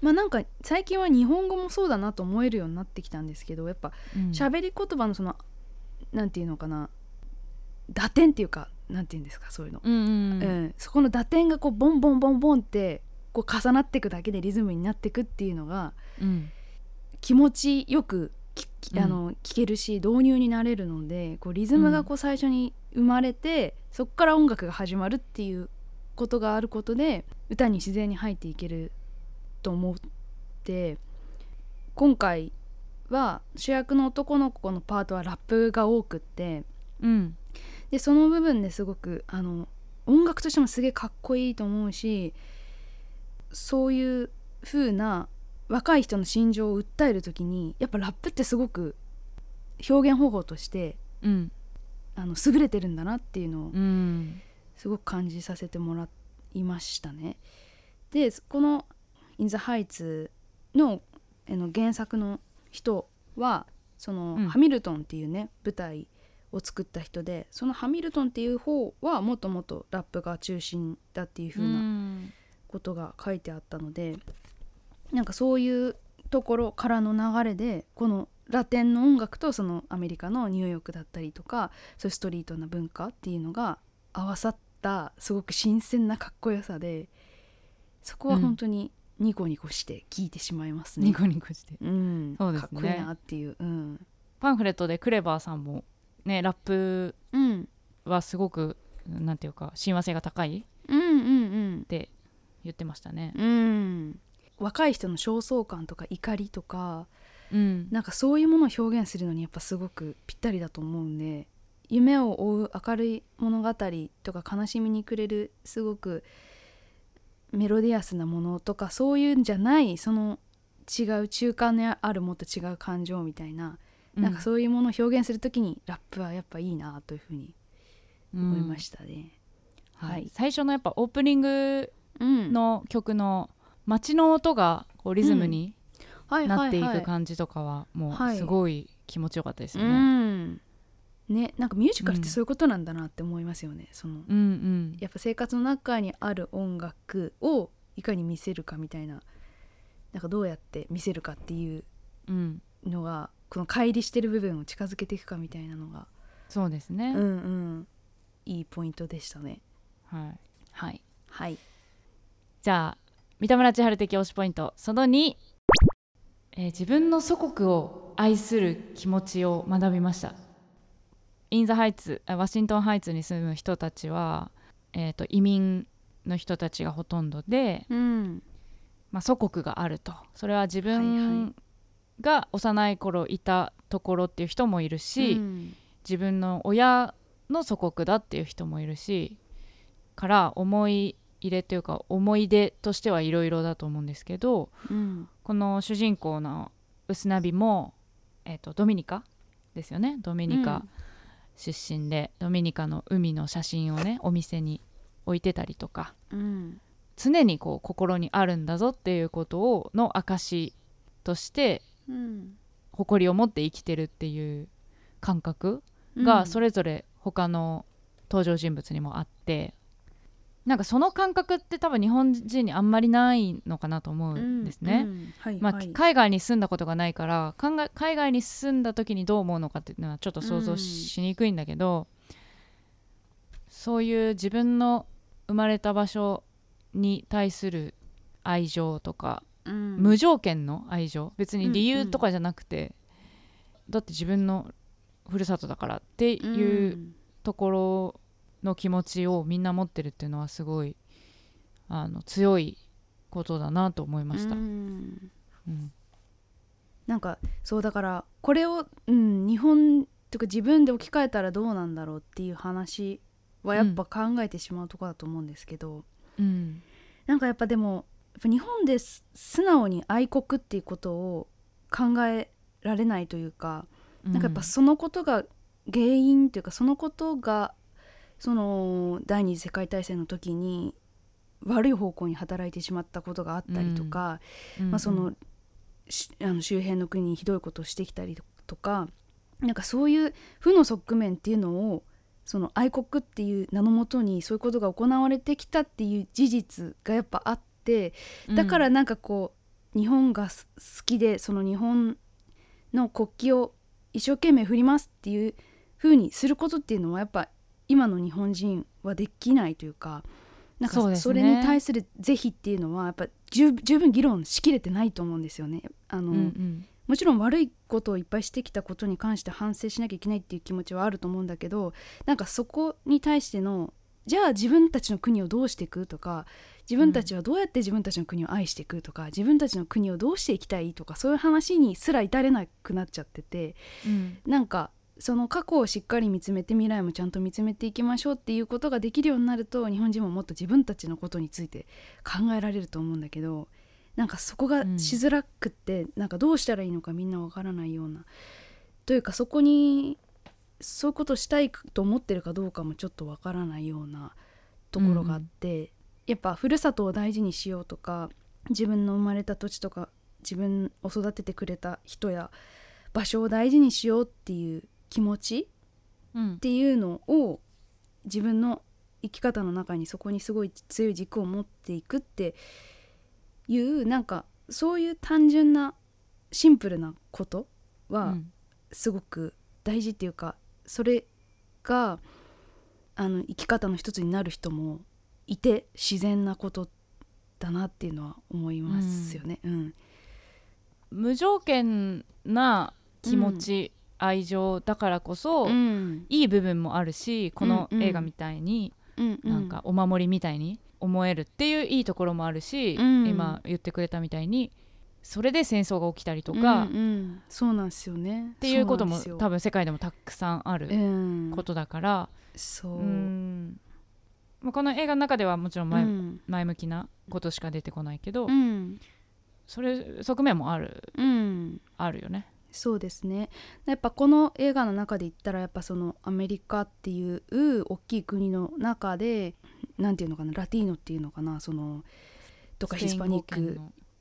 [SPEAKER 3] まあなんか最近は日本語もそうだなと思えるようになってきたんですけどやっぱ
[SPEAKER 2] うん
[SPEAKER 3] 喋り言葉のその、なんていうのかな打点っていうかなんていうんですかそういうの、
[SPEAKER 2] うんうん
[SPEAKER 3] う
[SPEAKER 2] うん
[SPEAKER 3] ん、そこの打点がこうボンボンボンボンってこう重なっていくだけでリズムになっていくっていうのが
[SPEAKER 2] うん
[SPEAKER 3] 気持ちよくきき
[SPEAKER 2] うん
[SPEAKER 3] あの聴けるし導入になれるのでこうリズムがこう最初に生まれて、そこから音楽が始まるっていうことがあることで歌に自然に入っていけると思って今回は主役の男の子のパートはラップが多くって
[SPEAKER 2] うん
[SPEAKER 3] でその部分ですごくあの音楽としてもすげえかっこいいと思うしそういう風な若い人の心情を訴える時にやっぱラップってすごく表現方法として
[SPEAKER 2] うん
[SPEAKER 3] あの優れてるんだなっていうのを
[SPEAKER 2] うん
[SPEAKER 3] すごく感じさせてもらいましたね。でこの「In the Heights の」あの原作の人はその、
[SPEAKER 2] うん
[SPEAKER 3] ハミルトンっていうね舞台を作った人でそのハミルトンっていう方はもともとラップが中心だっていう風なことが書いてあったので、なんかそういうところからの流れでこのラテンの音楽とそのアメリカのニューヨークだったりとかそういうストリートな文化っていうのが合わさったすごく新鮮なかっこよさでそこは本当にニコニコして聞いてしまいます
[SPEAKER 2] ニ
[SPEAKER 3] ね。
[SPEAKER 2] コニコして
[SPEAKER 3] うん
[SPEAKER 2] そうですね
[SPEAKER 3] かっこいいなっていう。うん
[SPEAKER 2] パンフレットでクレバーさんもねラップ
[SPEAKER 3] うん
[SPEAKER 2] はすごくなんていうか親和性が高いっ
[SPEAKER 3] うんうん
[SPEAKER 2] て言ってましたね
[SPEAKER 3] うんうん若い人の焦燥感とか怒りとか
[SPEAKER 2] うん
[SPEAKER 3] なんかそういうものを表現するのにやっぱすごくぴったりだと思うんで夢を追う明るい物語とか悲しみにくれるすごくメロディアスなものとかそういうんじゃないその違う中間にあるもっと違う感情みたいな、なんかそういうものを表現するときにラップはやっぱいいなというふうに
[SPEAKER 2] うん
[SPEAKER 3] 思いましたね。
[SPEAKER 2] うん
[SPEAKER 3] はい
[SPEAKER 2] はい最初のやっぱオープニング
[SPEAKER 3] うん
[SPEAKER 2] の曲の街の音がこうリズムに
[SPEAKER 3] はい
[SPEAKER 2] なってい
[SPEAKER 3] はいは
[SPEAKER 2] く
[SPEAKER 3] い
[SPEAKER 2] 感じとかはも
[SPEAKER 3] は
[SPEAKER 2] う
[SPEAKER 3] い
[SPEAKER 2] すごい気持ちよかったですよ
[SPEAKER 3] う
[SPEAKER 2] ね。
[SPEAKER 3] んねなんかミュージカルってそういうことなんだなって思いますよね。その
[SPEAKER 2] うんうん
[SPEAKER 3] やっぱ生活の中にある音楽をいかに見せるかみたいななんかどうやって見せるかっていう
[SPEAKER 2] うん
[SPEAKER 3] のがこの乖離してる部分を近づけていくかみたいなのが
[SPEAKER 2] そうです
[SPEAKER 3] う
[SPEAKER 2] ね
[SPEAKER 3] ん、うんいいポイントでしたね
[SPEAKER 2] はい、はい、
[SPEAKER 3] はい
[SPEAKER 2] じゃあ三田村千春的推しポイントその2、えー自分の祖国を愛する気持ちを学びましたインザハイツあワシントンハイツに住む人たちは、えー、と移民の人たちがほとんどで、
[SPEAKER 3] うん
[SPEAKER 2] まあ、祖国があるとそれは自
[SPEAKER 3] はいは
[SPEAKER 2] 分が幼い頃いたところっていう人もいるし、
[SPEAKER 3] うん
[SPEAKER 2] 自分の親の祖国だっていう人もいるしから思い入れというか思い出としてはいろいろだと思うんですけど
[SPEAKER 3] うん
[SPEAKER 2] この主人公のウスナビも、えっとドミニカですよねドミニカ出身で、ドミニカの海の写真をねお店に置いてたりとか
[SPEAKER 3] うん
[SPEAKER 2] 常にこう心にあるんだぞっていうことをの証として
[SPEAKER 3] うん
[SPEAKER 2] 誇りを持って生きてるっていう感覚がそ
[SPEAKER 3] れ
[SPEAKER 2] れぞれ他の登場人物にもあってなんかその感覚って多分日本人にあんまりないのかなと思うんですね。
[SPEAKER 3] はい
[SPEAKER 2] まあ
[SPEAKER 3] はい
[SPEAKER 2] 海外に住んだことがないから考え海外に住んだ時にどう思うのかっていうのはちょっと想像しにくいんだけど、そういう自分の生まれた場所に対する愛情とか
[SPEAKER 3] うん
[SPEAKER 2] 無条件の愛情別に理由とかじゃなくて、だって自分のふるさとだからっていううところの気持ちをみんな持ってるっていうのはすごいあの強いことだなと思いました。
[SPEAKER 3] う
[SPEAKER 2] うん
[SPEAKER 3] ん
[SPEAKER 2] うん
[SPEAKER 3] なんかそうだからこれを、うん、日本とか自分で置き換えたらどうなんだろうっていう話はやっぱ考えてしまうところだと思うんですけど、なんかやっぱでもやっぱ日本です素直に愛国っていうことを考えられないというか、なんかやっぱそのことが原因というかそのことがその第二次世界大戦の時に悪い方向に働いてしまったことがあったりとか、まあ、そのしあの周辺の国にひどいことをしてきたりとかなんかそういう負の側面っていうのをその愛国っていう名のもとにそういうことが行われてきたっていう事実がやっぱあってだからなんかこう、日本がす好きでその日本の国旗を一生懸命振りますっていう風にすることっていうのはやっぱ今の日本人はできないというかなん
[SPEAKER 2] そう
[SPEAKER 3] か
[SPEAKER 2] です
[SPEAKER 3] そ
[SPEAKER 2] ね
[SPEAKER 3] れに対する是非っていうのはやっぱ十十分議論しきれてないと思うんですよね。あの、
[SPEAKER 2] うんうん
[SPEAKER 3] もちろん悪いことをいっぱいしてきたことに関して反省しなきゃいけないっていう気持ちはあると思うんだけどなんかそこに対してのじゃあ自分たちの国をどうしていくとか自分たちはどうやって自分たちの国を愛していくとか、自分たちの国をどうしていきたいとかそういう話にすら至れなくなっちゃってて
[SPEAKER 2] うん
[SPEAKER 3] なんかその過去をしっかり見つめて未来もちゃんと見つめていきましょうっていうことができるようになると日本人ももっと自分たちのことについて考えられると思うんだけどなんかそこがしづらくって、なんかどうしたらいいのかみんなわからないようなというかそこにそういうことしたいと思ってるかどうかもちょっとわからないようなところがあって、やっぱふるさとを大事にしようとか自分の生まれた土地とか自分を育ててくれた人や場所を大事にしようっていう気持ち
[SPEAKER 2] うん
[SPEAKER 3] っていうのを自分の生き方の中にそこにすごい強い軸を持っていくっていうなんかそういう単純なシンプルなこと
[SPEAKER 2] う
[SPEAKER 3] は
[SPEAKER 2] ん
[SPEAKER 3] すごく大事っていうか、それがあの生き方の一つになる人もいて自然なことだなっていうのは思いますよね。うん
[SPEAKER 2] 無条件な気持ち、愛情だからこそ、
[SPEAKER 3] うん
[SPEAKER 2] いい部分もあるしこの映画みたいに、
[SPEAKER 3] うん
[SPEAKER 2] なんかお守りみたいに思えるっていういいところもあるし、
[SPEAKER 3] うん
[SPEAKER 2] 今言ってくれたみたいにそれで戦争が起きたりと
[SPEAKER 3] と
[SPEAKER 2] か、
[SPEAKER 3] うん
[SPEAKER 2] っ
[SPEAKER 3] うんそうなんですよね。
[SPEAKER 2] ていうことも多
[SPEAKER 3] そうなんで
[SPEAKER 2] 分世界でもたくさんあ
[SPEAKER 3] すよ
[SPEAKER 2] る
[SPEAKER 3] うん
[SPEAKER 2] ことだから、
[SPEAKER 3] そう、
[SPEAKER 2] うんまあこの映画の中ではもちろん前,、
[SPEAKER 3] うん
[SPEAKER 2] 前向きなことしか出てこないけど、
[SPEAKER 3] うん
[SPEAKER 2] それ側面もある
[SPEAKER 3] うん
[SPEAKER 2] あるよね。
[SPEAKER 3] そうですねやっぱこの映画の中で言ったらやっぱそのアメリカっていう大きい国の中でなんていうのかなラティーノっていうのかなそのとかヒスパニッ
[SPEAKER 2] スペイン語
[SPEAKER 3] ク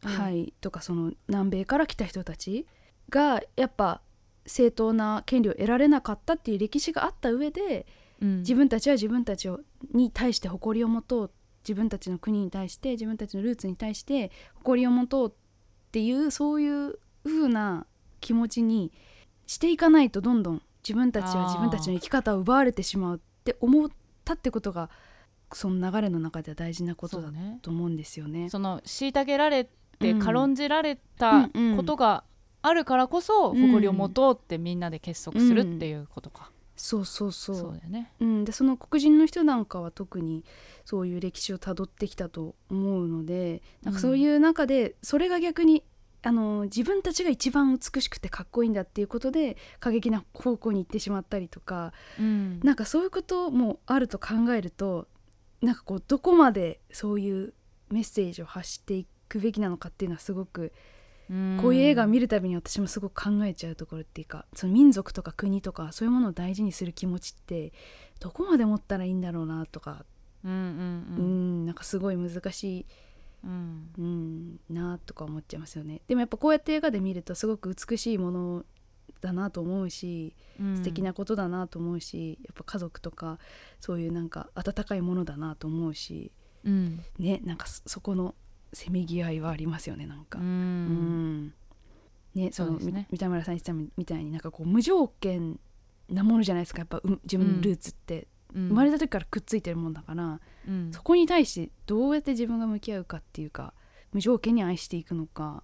[SPEAKER 2] 圏、の
[SPEAKER 3] はい、とかその南米から来た人たちがやっぱ正当な権利を得られなかったっていう歴史があった上で
[SPEAKER 2] うん
[SPEAKER 3] 自分たちは自分たちをに対して誇りを持とう自分たちの国に対して自分たちのルーツに対して誇りを持とうっていうそういう風な気持ちにしていかないとどんどん自分たち
[SPEAKER 2] あ
[SPEAKER 3] は
[SPEAKER 2] ー
[SPEAKER 3] 自分たちの生き方を奪われてしまうって思ったってことがその流れの中では大事なこと
[SPEAKER 2] そ
[SPEAKER 3] だ
[SPEAKER 2] うね
[SPEAKER 3] と思うんですよね。
[SPEAKER 2] その虐げられて
[SPEAKER 3] うん
[SPEAKER 2] 軽んじられた
[SPEAKER 3] うんうん
[SPEAKER 2] ことがあるからこそ
[SPEAKER 3] うん
[SPEAKER 2] 誇りを持とうってみんなで結束するっていうことか、
[SPEAKER 3] そうそうそう
[SPEAKER 2] そうだよね
[SPEAKER 3] うん、でその黒人の人なんかは特にそういう歴史をたどってきたと思うのでなんかそういう中でそれが逆にあの自分たちが一番美しくてかっこいいんだっていうことで過激な方向に行ってしまったりとか
[SPEAKER 2] うん
[SPEAKER 3] なんかそういうこともあると考えるとなんかこうどこまでそういうメッセージを発していくべきなのかっていうのはすごくこういう映画を見るたびに私もすごく考えちゃうところっていうかその民族とか国とかそういうものを大事にする気持ちってどこまで持ったらいいんだろうなとか、
[SPEAKER 2] うんう
[SPEAKER 3] うん、
[SPEAKER 2] ん
[SPEAKER 3] なんかすごい難しい、
[SPEAKER 2] うんうん
[SPEAKER 3] うん、なとか思っちゃいますよねでもやっぱこうやって映画で見るとすごく美しいものだなと思うし
[SPEAKER 2] うん
[SPEAKER 3] 素敵なことだなと思うし、やっぱ家族とかそういうなんか温かいものだなと思うし
[SPEAKER 2] うん
[SPEAKER 3] ねなんかそそこのせめぎ合いはありますよねなんか。
[SPEAKER 2] うん
[SPEAKER 3] うんね、そ
[SPEAKER 2] そう
[SPEAKER 3] の
[SPEAKER 2] ですね
[SPEAKER 3] み三田村さん言ってたみたいになんかこう無条件なものじゃないですかやっぱ、うん自分のルーツって、
[SPEAKER 2] うん
[SPEAKER 3] 生まれた時からくっついてるもんだから、
[SPEAKER 2] うん
[SPEAKER 3] そこに対してどうやって自分が向き合うかっていうか無条件に愛していくのか、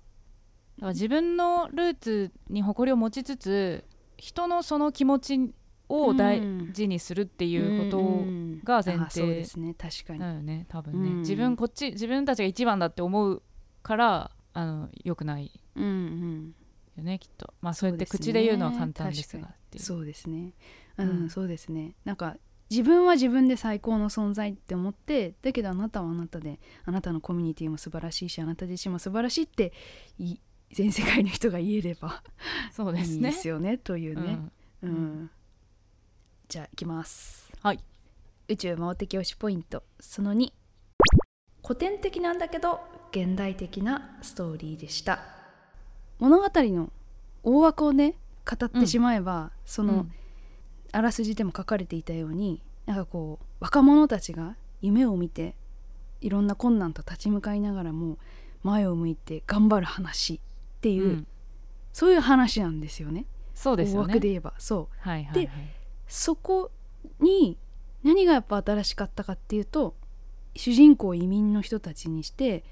[SPEAKER 2] だから自分のルーツに誇りを持ちつつ人のその気持ちを大事にするっていうこと
[SPEAKER 3] うん
[SPEAKER 2] が前提
[SPEAKER 3] あそうですね確かに、
[SPEAKER 2] だよね多分ね、
[SPEAKER 3] うん
[SPEAKER 2] 自分こっち自分たちが一番だって思うからあの良くない
[SPEAKER 3] うんうん
[SPEAKER 2] よねきっとまあそうやって
[SPEAKER 3] そうです
[SPEAKER 2] 口
[SPEAKER 3] ね
[SPEAKER 2] で言うのは簡単ですが
[SPEAKER 3] 確
[SPEAKER 2] っていう
[SPEAKER 3] そうですねう、
[SPEAKER 2] うんん
[SPEAKER 3] そうですねなんか自分は自分で最高の存在って思ってだけどあなたはあなたであなたのコミュニティも素晴らしいしあなた自身も素晴らしいってい全世界の人が言えれば
[SPEAKER 2] そう
[SPEAKER 3] い
[SPEAKER 2] です
[SPEAKER 3] い
[SPEAKER 2] ね
[SPEAKER 3] ですよねという
[SPEAKER 2] う
[SPEAKER 3] ね、
[SPEAKER 2] ん
[SPEAKER 3] うん
[SPEAKER 2] ん
[SPEAKER 3] じゃあいきます
[SPEAKER 2] はい
[SPEAKER 3] 宇宙魔王的推しポイントその2古典的なんだけど現代的なストーリーでした物語の大枠をね語ってしまえば、その、
[SPEAKER 2] うん
[SPEAKER 3] あらすじでも書かれていたようになんかこう若者たちが夢を見ていろんな困難と立ち向かいながらも前を向いて頑張る話っていう、
[SPEAKER 2] うん
[SPEAKER 3] そういう話なんですよね
[SPEAKER 2] そうです
[SPEAKER 3] 大
[SPEAKER 2] よ
[SPEAKER 3] 枠
[SPEAKER 2] ね
[SPEAKER 3] で言えばそう
[SPEAKER 2] はいはい
[SPEAKER 3] でそこに何がやっぱ新しかったかっていうと主人公を移民の人たちにして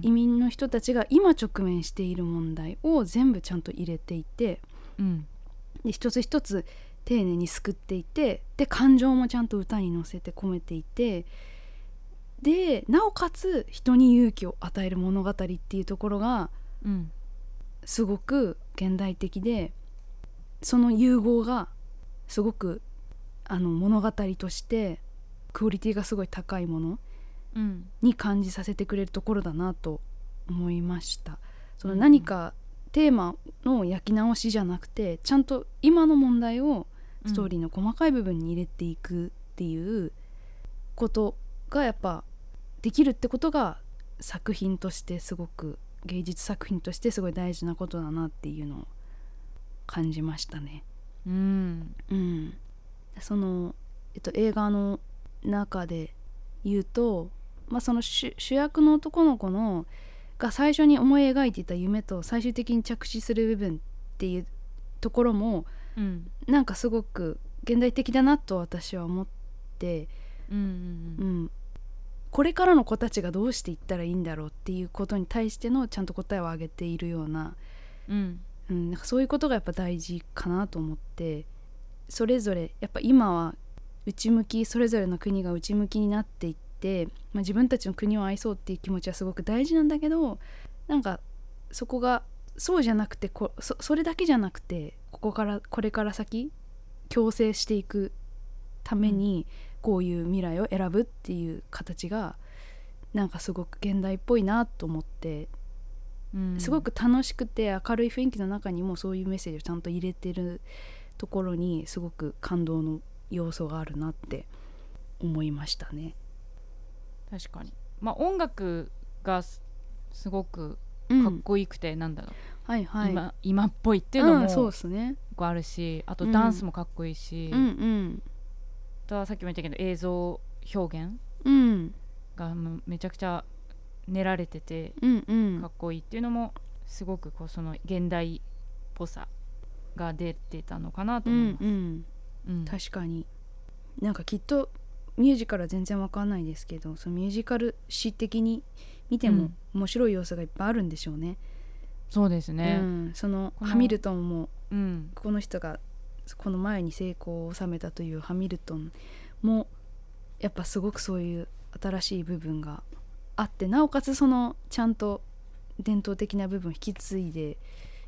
[SPEAKER 3] 移
[SPEAKER 2] で
[SPEAKER 3] 民の人たちが今直面している問題を全部ちゃんと入れていてで一つ一つ丁寧に救っていてで感情もちゃんと歌に乗せて込めていてでなおかつ人に勇気を与える物語っていうところがすごく現代的でその融合がすごくあの物語としてクオリティがすごい高いものに感じさせてくれるところだなと思いました。その
[SPEAKER 2] うん
[SPEAKER 3] 何かテーマの焼き直しじゃなくてちゃんと今の問題をストーリ
[SPEAKER 2] ー
[SPEAKER 3] ーの細かい部分に入れていくっていうことがやっぱできるってことが作品としてすごく芸術作品としてすごい大事なことだなっていうのを感じましたね。
[SPEAKER 2] うん
[SPEAKER 3] うん、その、えっと、映画の中で言うと、まあ、その主主役の男の子のが最初に思い描いていた夢と最終的に着地する部分っていうところも
[SPEAKER 2] うん
[SPEAKER 3] なんかすごく現代的だなと私は思って、
[SPEAKER 2] うんう
[SPEAKER 3] うんん、これからの子たちがどうしていったらいいんだろうっていうことに対してのちゃんと答えを上げているような
[SPEAKER 2] うんうん
[SPEAKER 3] うん、なんかそういうことがやっぱ大事かなと思ってそれぞれやっぱ今は内向きそれぞれの国が内向きになっていって、まあ、自分たちの国を愛そうっていう気持ちはすごく大事なんだけどなんかそこがそうじゃなくてこそそれだけじゃなくてここからこれから先共生していくためにこういう未来を選ぶっていう形がなんかすごく現代っぽいなと思って
[SPEAKER 2] うん
[SPEAKER 3] すごく楽しくて明るい雰囲気の中にもそういうメッセージをちゃんと入れてるところにすごく感動の要素があるなって思いましたね。
[SPEAKER 2] 確かにまあ音楽がすすごく
[SPEAKER 3] うん
[SPEAKER 2] かっこよくて、なんだろう
[SPEAKER 3] はいはい。っ
[SPEAKER 2] 今今っぽいっていうのも
[SPEAKER 3] そう
[SPEAKER 2] 結
[SPEAKER 3] ですね。
[SPEAKER 2] 構あるし、あと
[SPEAKER 3] うん
[SPEAKER 2] ダンスもかっこいいし、
[SPEAKER 3] うんうん
[SPEAKER 2] あとはさっきも言ったけど映像表現
[SPEAKER 3] うん
[SPEAKER 2] がもうめちゃくちゃ練られてて
[SPEAKER 3] うんう
[SPEAKER 2] か
[SPEAKER 3] ん
[SPEAKER 2] っこいいっていうのもすごくこうその現代っぽさが出てたのかなと
[SPEAKER 3] う
[SPEAKER 2] 思い
[SPEAKER 3] ん
[SPEAKER 2] ます。
[SPEAKER 3] うん
[SPEAKER 2] うん
[SPEAKER 3] 確かになんかきっとミュージカルは全然わかんないですけどそのミュージカル史的に見て
[SPEAKER 2] う
[SPEAKER 3] も
[SPEAKER 2] ん
[SPEAKER 3] 面白い要素がいっぱいあるんでしょうね。
[SPEAKER 2] そうですね、
[SPEAKER 3] う
[SPEAKER 2] うん
[SPEAKER 3] ん、その
[SPEAKER 2] この
[SPEAKER 3] ハミルトンも
[SPEAKER 2] うん
[SPEAKER 3] この人がこの前に成功を収めたというハミルトンもやっぱすごくそういう新しい部分があってなおかつそのちゃんと伝統的な部分を引き継いで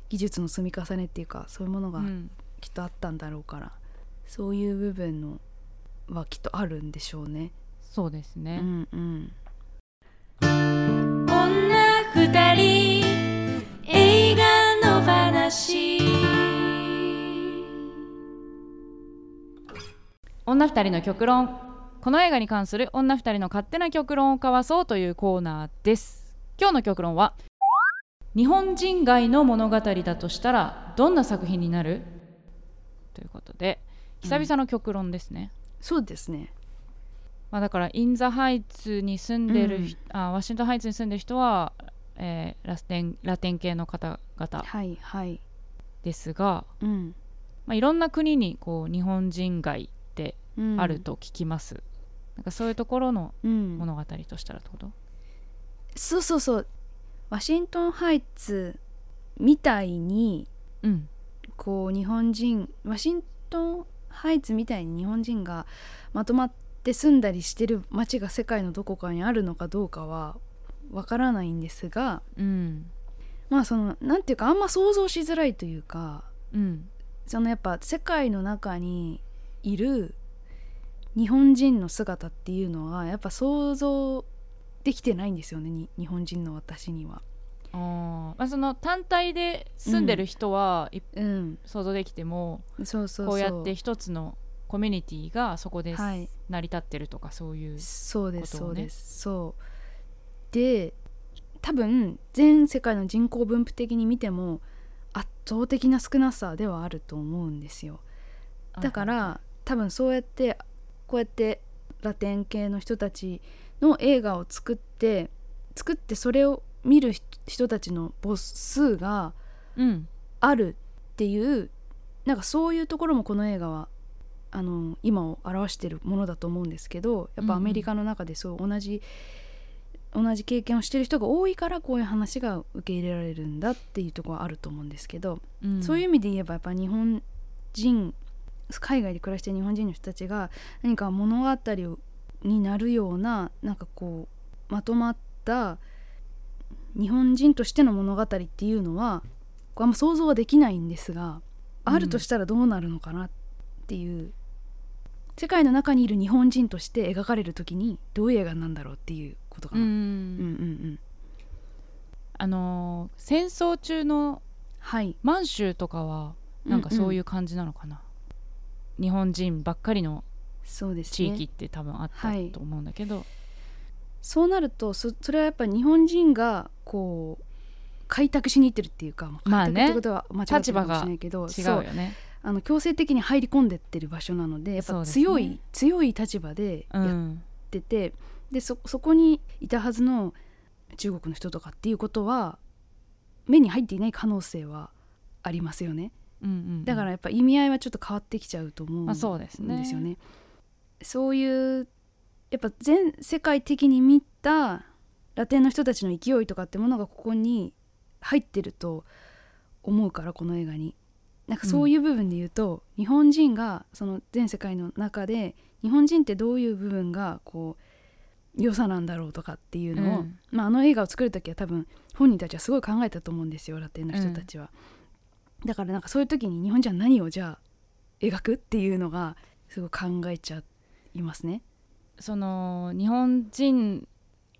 [SPEAKER 3] 技術の積み重ねっていうかそういうものがきっとあったんだろうから、そういう部分のはきっとあるんでしょうね。
[SPEAKER 2] そうです
[SPEAKER 3] う
[SPEAKER 2] ね、
[SPEAKER 3] んうん、
[SPEAKER 1] 女二人映画の話
[SPEAKER 2] 女二人の極論この映画に関する女二人の勝手な極論を交わそうというコーナーです今日の極論は日本人外の物語だとしたらどんな作品になるということで久々の極論ですね、
[SPEAKER 3] そうですね。
[SPEAKER 2] まあ、だからインザハイツに住んでる人、あワシントンハイツに住んでる人は、えーラステンラテン系の方々
[SPEAKER 3] はいはい。
[SPEAKER 2] ですが、
[SPEAKER 3] うん。
[SPEAKER 2] まあ、いろんな国にこう日本人街って
[SPEAKER 3] うん
[SPEAKER 2] ある。と聞きます、なんかそういうところの
[SPEAKER 3] うん。
[SPEAKER 2] 物語としたらってこと、
[SPEAKER 3] そうそうそうワシントンハイツみたいに
[SPEAKER 2] うん
[SPEAKER 3] こう日本人ワシントンハイツみたいに日本人がまとまって住んだりしてる街が世界のどこかにあるのかどうかはわからないんですが
[SPEAKER 2] うん
[SPEAKER 3] まあそのなんていうかあんま想像しづらいというか
[SPEAKER 2] うん
[SPEAKER 3] そのやっぱ世界の中にいる日本人の姿っていうのはやっぱ想像できてないんですよねに日本人の私には。
[SPEAKER 2] あーまあその単体で住んでる人は、い
[SPEAKER 3] うん、
[SPEAKER 2] 想像できても
[SPEAKER 3] そうそうそう
[SPEAKER 2] こうやって一つのコミュニティがそこで
[SPEAKER 3] はい
[SPEAKER 2] 成り立ってるとかそういう、
[SPEAKER 3] そうです、
[SPEAKER 2] こと
[SPEAKER 3] そ
[SPEAKER 2] を
[SPEAKER 3] う
[SPEAKER 2] ね
[SPEAKER 3] ですそうで多分全世界の人口分布的に見ても圧倒的な少なさではあると思うんですよだから、多分そうやってこうやってラテン系の人たちの映画を作って作ってそれを見る人人たちの母数が
[SPEAKER 2] うん
[SPEAKER 3] あるっていうなんかそういうところもこの映画はあの今を表してるものだと思うんですけどやっぱアメリカの中でそう同じ、同じ経験をしてる人が多いからこういう話が受け入れられるんだっていうところはあると思うんですけど、
[SPEAKER 2] うん、
[SPEAKER 3] そういう意味で言えばやっぱ日本人海外で暮らしてる日本人の人たちが何か物語をになるようななんかこうまとまった日本人としての物語っていうのはこうあんま想像はできないんですが
[SPEAKER 2] うん
[SPEAKER 3] あるとしたらどうなるのかなっていう、世界の中にいる日本人として描かれる時にどういう映画なんだろうっていうことか
[SPEAKER 2] うん
[SPEAKER 3] な。
[SPEAKER 2] うん
[SPEAKER 3] うん、うん、うん
[SPEAKER 2] あのー戦争中の
[SPEAKER 3] はい
[SPEAKER 2] 満州とかはなんかそういうう感じなのかな、日本人ばっかりの
[SPEAKER 3] そうです、ね、
[SPEAKER 2] 地域って多分あった
[SPEAKER 3] はい
[SPEAKER 2] と思うんだけど、
[SPEAKER 3] そうなるとそそれはやっぱり日本人がこう開拓しに行ってるっていうかもう
[SPEAKER 2] まあ
[SPEAKER 3] 開拓
[SPEAKER 2] ね
[SPEAKER 3] ってことは間違ってるかもしれないけど、
[SPEAKER 2] 違う
[SPEAKER 3] そ
[SPEAKER 2] よ
[SPEAKER 3] う
[SPEAKER 2] ね
[SPEAKER 3] あの強制的に入り込んでってる場所なのでやっ
[SPEAKER 2] そう
[SPEAKER 3] ぱ
[SPEAKER 2] ですね
[SPEAKER 3] 強い、強い立場で
[SPEAKER 2] う
[SPEAKER 3] やっ
[SPEAKER 2] ん
[SPEAKER 3] てて、でそそこにいたはずの中国の人とかっていうことは目に入っていない可能性はありますよね
[SPEAKER 2] うんうん、
[SPEAKER 3] だからやっぱ意味合いはちょっと変わってきちゃうと思うん
[SPEAKER 2] まあ
[SPEAKER 3] です
[SPEAKER 2] そ
[SPEAKER 3] よ
[SPEAKER 2] うですね
[SPEAKER 3] ね。そういうやっぱ全世界的に見たラテンの人たちの勢いとかってものがここに入ってると思うからこの映画に。なんかそういう部分で言うと、日本人がその全世界の中で日本人ってどういう部分がこう良さなんだろうとかっていうのを、
[SPEAKER 2] うん
[SPEAKER 3] まあ、あの映画を作る時は多分本人たちはすごい考えたと思うんですよラテンの人たちは。だからなんかそういう時に日本人は何をじゃあ描くっていうのがすごい考えちゃいますね。
[SPEAKER 2] その日本人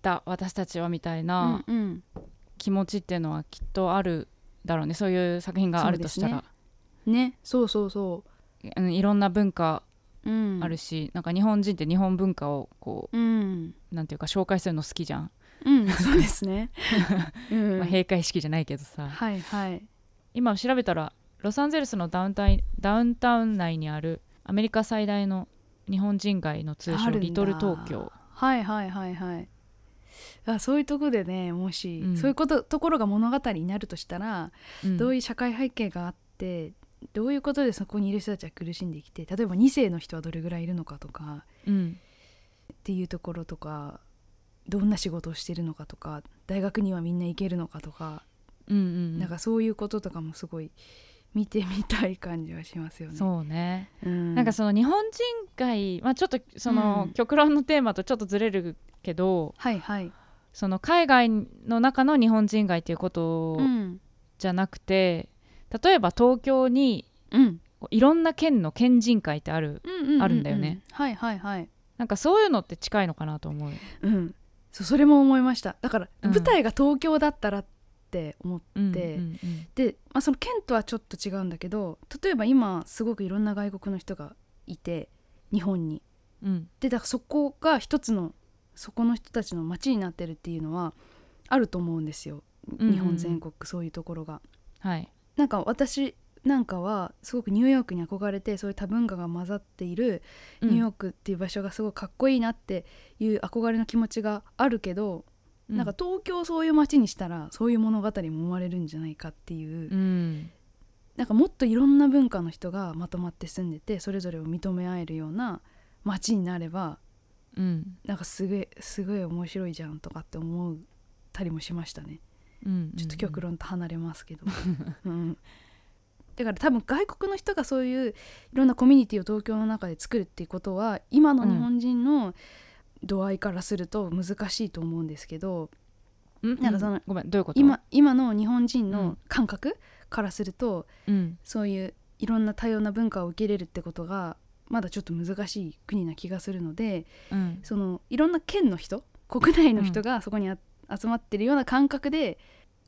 [SPEAKER 2] だ私たちはみたいな
[SPEAKER 3] うんうん
[SPEAKER 2] 気持ちっていうのはきっとあるだろうねそういう作品があるとしたら、
[SPEAKER 3] ねそうそうそ
[SPEAKER 2] うんいろんな文化
[SPEAKER 3] う。うん、
[SPEAKER 2] あるし、なんか日本人って日本文化をこ
[SPEAKER 3] うん、
[SPEAKER 2] うなんていうか紹介するの好きじゃん、
[SPEAKER 3] うん、そうで すね。うん
[SPEAKER 2] まあ、閉会式じゃないけどさ
[SPEAKER 3] はいはい。
[SPEAKER 2] 今調べたらロサンゼルスのダウンタインダウンタウン内にあるアメリカ最大の日本人街の通
[SPEAKER 3] あ
[SPEAKER 2] 称
[SPEAKER 3] るんだ
[SPEAKER 2] リトル東京
[SPEAKER 3] はいはいはいはい。あそういうとこでねもし、
[SPEAKER 2] うん
[SPEAKER 3] そういうことところが物語になるとしたら、どう
[SPEAKER 2] い
[SPEAKER 3] いう社会背景があってどういうことでそこにいる人たちは苦しんできて例えば2世の人はどれぐらいいるのかとか
[SPEAKER 2] うん、うん
[SPEAKER 3] っていうところとかどんな仕事をしてるのかとか大学にはみんな行けるのかとか、
[SPEAKER 2] うんうん
[SPEAKER 3] なんかそういうこととかもすごい見てみたい感じはしますよね。
[SPEAKER 2] そうね、
[SPEAKER 3] うん
[SPEAKER 2] なんかその日本人街、まあ、ちょっとその、
[SPEAKER 3] うん
[SPEAKER 2] 極論のテーマとちょっとずれるけど
[SPEAKER 3] はいはい。
[SPEAKER 2] その海外の中の日本人街っていうこと
[SPEAKER 3] うん
[SPEAKER 2] じゃなくて、例えば東京に
[SPEAKER 3] うん
[SPEAKER 2] こういろんな県の県人会ってある
[SPEAKER 3] ううう
[SPEAKER 2] あるんだよね。
[SPEAKER 3] はいはいはい。
[SPEAKER 2] なんかそういうのって近いのかなと思うよ、
[SPEAKER 3] うん、そうそれも思いましただから、
[SPEAKER 2] うん
[SPEAKER 3] 舞台が東京だったらって思っ
[SPEAKER 2] うん
[SPEAKER 3] で
[SPEAKER 2] うんうん
[SPEAKER 3] て、まあ、その県とはちょっと違うんだけど例えば今すごくいろんな外国の人がいて日本に。
[SPEAKER 2] うん
[SPEAKER 3] でだからそこが一つのそこの人たちの街になってるっていうのはあると思うんですよ
[SPEAKER 2] うんうん
[SPEAKER 3] 日本全国そういうところが。
[SPEAKER 2] はい
[SPEAKER 3] なんか私なんかはすごくニューヨークに憧れてそういう多文化が混ざっているニューヨークっていう場所がすごいかっこいいなっていう憧れの気持ちがあるけど、
[SPEAKER 2] うん
[SPEAKER 3] なんか東京をそういう街にしたらそういう物語も生まれるんじゃないかっていう、
[SPEAKER 2] うん
[SPEAKER 3] なんかもっといろんな文化の人がまとまって住んでてそれぞれを認め合えるような街になれば
[SPEAKER 2] うん
[SPEAKER 3] なんかすげえすごい面白いじゃんとかって思ったりもしましたね
[SPEAKER 2] うん
[SPEAKER 3] ちょっと極論と離れます けど、うん、だから多分外国の人がそういういろんなコミュニティを東京の中で作るっていうことは今の日本人の度合いからすると難しいと思うんですけど、
[SPEAKER 2] うん
[SPEAKER 3] なんかその
[SPEAKER 2] うんごめんどういうこと
[SPEAKER 3] 今今の日本人
[SPEAKER 2] う
[SPEAKER 3] の
[SPEAKER 2] ん
[SPEAKER 3] 感覚からすると、
[SPEAKER 2] うん
[SPEAKER 3] そういういろんな多様な文化を受け入れるってことがまだちょっと難しい国な気がするので
[SPEAKER 2] うん
[SPEAKER 3] そのいろんな県の人国内の人がそこにあ、集まってるような感覚で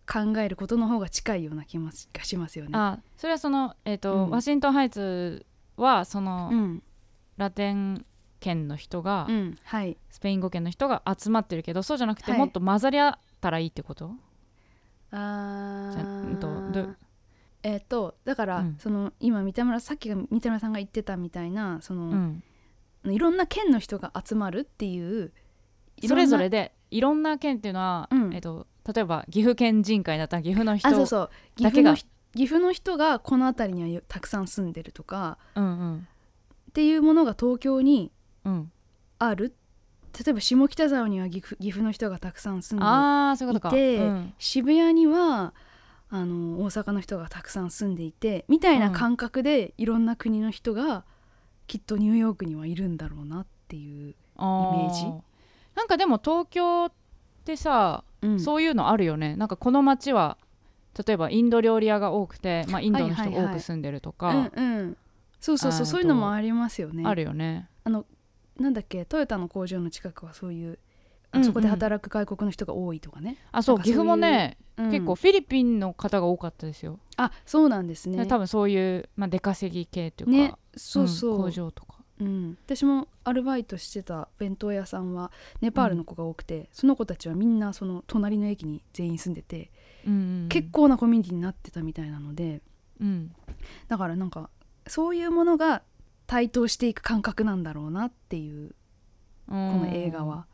[SPEAKER 3] 考えることの方が近いような気もしがしますよね。
[SPEAKER 2] あそれはそのえっ、と、
[SPEAKER 3] うん
[SPEAKER 2] ワシントンハイツはその、
[SPEAKER 3] うん
[SPEAKER 2] ラテン圏の人が、
[SPEAKER 3] うん、はい
[SPEAKER 2] スペイン語圏の人が集まってるけどそうじゃなくて、
[SPEAKER 3] はい
[SPEAKER 2] もっと混ざり合ったらいいってこと
[SPEAKER 3] あ
[SPEAKER 2] じゃうんとど
[SPEAKER 3] えっ、とだから、
[SPEAKER 2] うん
[SPEAKER 3] その今三田村さっきが三田村さんが言ってたみたいなその、
[SPEAKER 2] うん、
[SPEAKER 3] いろんな県の人が集まるっていうい
[SPEAKER 2] そ
[SPEAKER 3] ろんな
[SPEAKER 2] れぞれでいろんな県っていうのは、
[SPEAKER 3] うん
[SPEAKER 2] えっと例えば岐阜県人会だったら岐阜の人
[SPEAKER 3] あそうそう岐
[SPEAKER 2] だ
[SPEAKER 3] 阜
[SPEAKER 2] けが
[SPEAKER 3] の人岐阜の人がこの辺りにはよたくさん住んでるとか
[SPEAKER 2] うんうん
[SPEAKER 3] っていうものが東京に
[SPEAKER 2] うん、
[SPEAKER 3] ある例えば下北沢には岐阜岐阜の人がたくさん住んでる
[SPEAKER 2] ああそういうことか。
[SPEAKER 3] いて
[SPEAKER 2] うん
[SPEAKER 3] 渋谷にはあの大阪の人がたくさん住んでいてみたいな感覚でいろんな国の人がきっとニューヨークにはいるんだろうなっていう、
[SPEAKER 2] あ
[SPEAKER 3] イメージ
[SPEAKER 2] なんかでも東京ってさ、
[SPEAKER 3] うん
[SPEAKER 2] そういうのあるよねなんかこの街は例えばインド料理屋が多くて、まあ、インドの
[SPEAKER 3] は
[SPEAKER 2] 人
[SPEAKER 3] いはいは
[SPEAKER 2] 多
[SPEAKER 3] い
[SPEAKER 2] く住んでるとか、
[SPEAKER 3] うんうんそうそうそ
[SPEAKER 2] あ
[SPEAKER 3] う
[SPEAKER 2] ー
[SPEAKER 3] そういうのもありますよね。
[SPEAKER 2] あるよね。
[SPEAKER 3] あのなんだっけトヨタの工場の近くはそういう
[SPEAKER 2] うんう
[SPEAKER 3] あ
[SPEAKER 2] ん
[SPEAKER 3] そこで働く外国の人が多いとかね、
[SPEAKER 2] あそう
[SPEAKER 3] なんかそ
[SPEAKER 2] 岐
[SPEAKER 3] ういう
[SPEAKER 2] 阜もね、
[SPEAKER 3] うん
[SPEAKER 2] 結構フィリピンの方が多かったですよ。
[SPEAKER 3] あそうなんですね
[SPEAKER 2] 多分そういう、まあ、出稼ぎ系というか、
[SPEAKER 3] ねそうそう、
[SPEAKER 2] ん
[SPEAKER 3] うん
[SPEAKER 2] 工場とか。
[SPEAKER 3] 私もアルバイトしてた弁当屋さんはネパールの子が多くて、その子たちはみんなその隣の駅に全員住んでて、
[SPEAKER 2] うんうんうん
[SPEAKER 3] 結、構なコミュニティになってたみたいなので
[SPEAKER 2] うん、
[SPEAKER 3] だからなんかそういうものが台頭していく感覚なんだろうなっていう
[SPEAKER 2] こ
[SPEAKER 3] この映画は、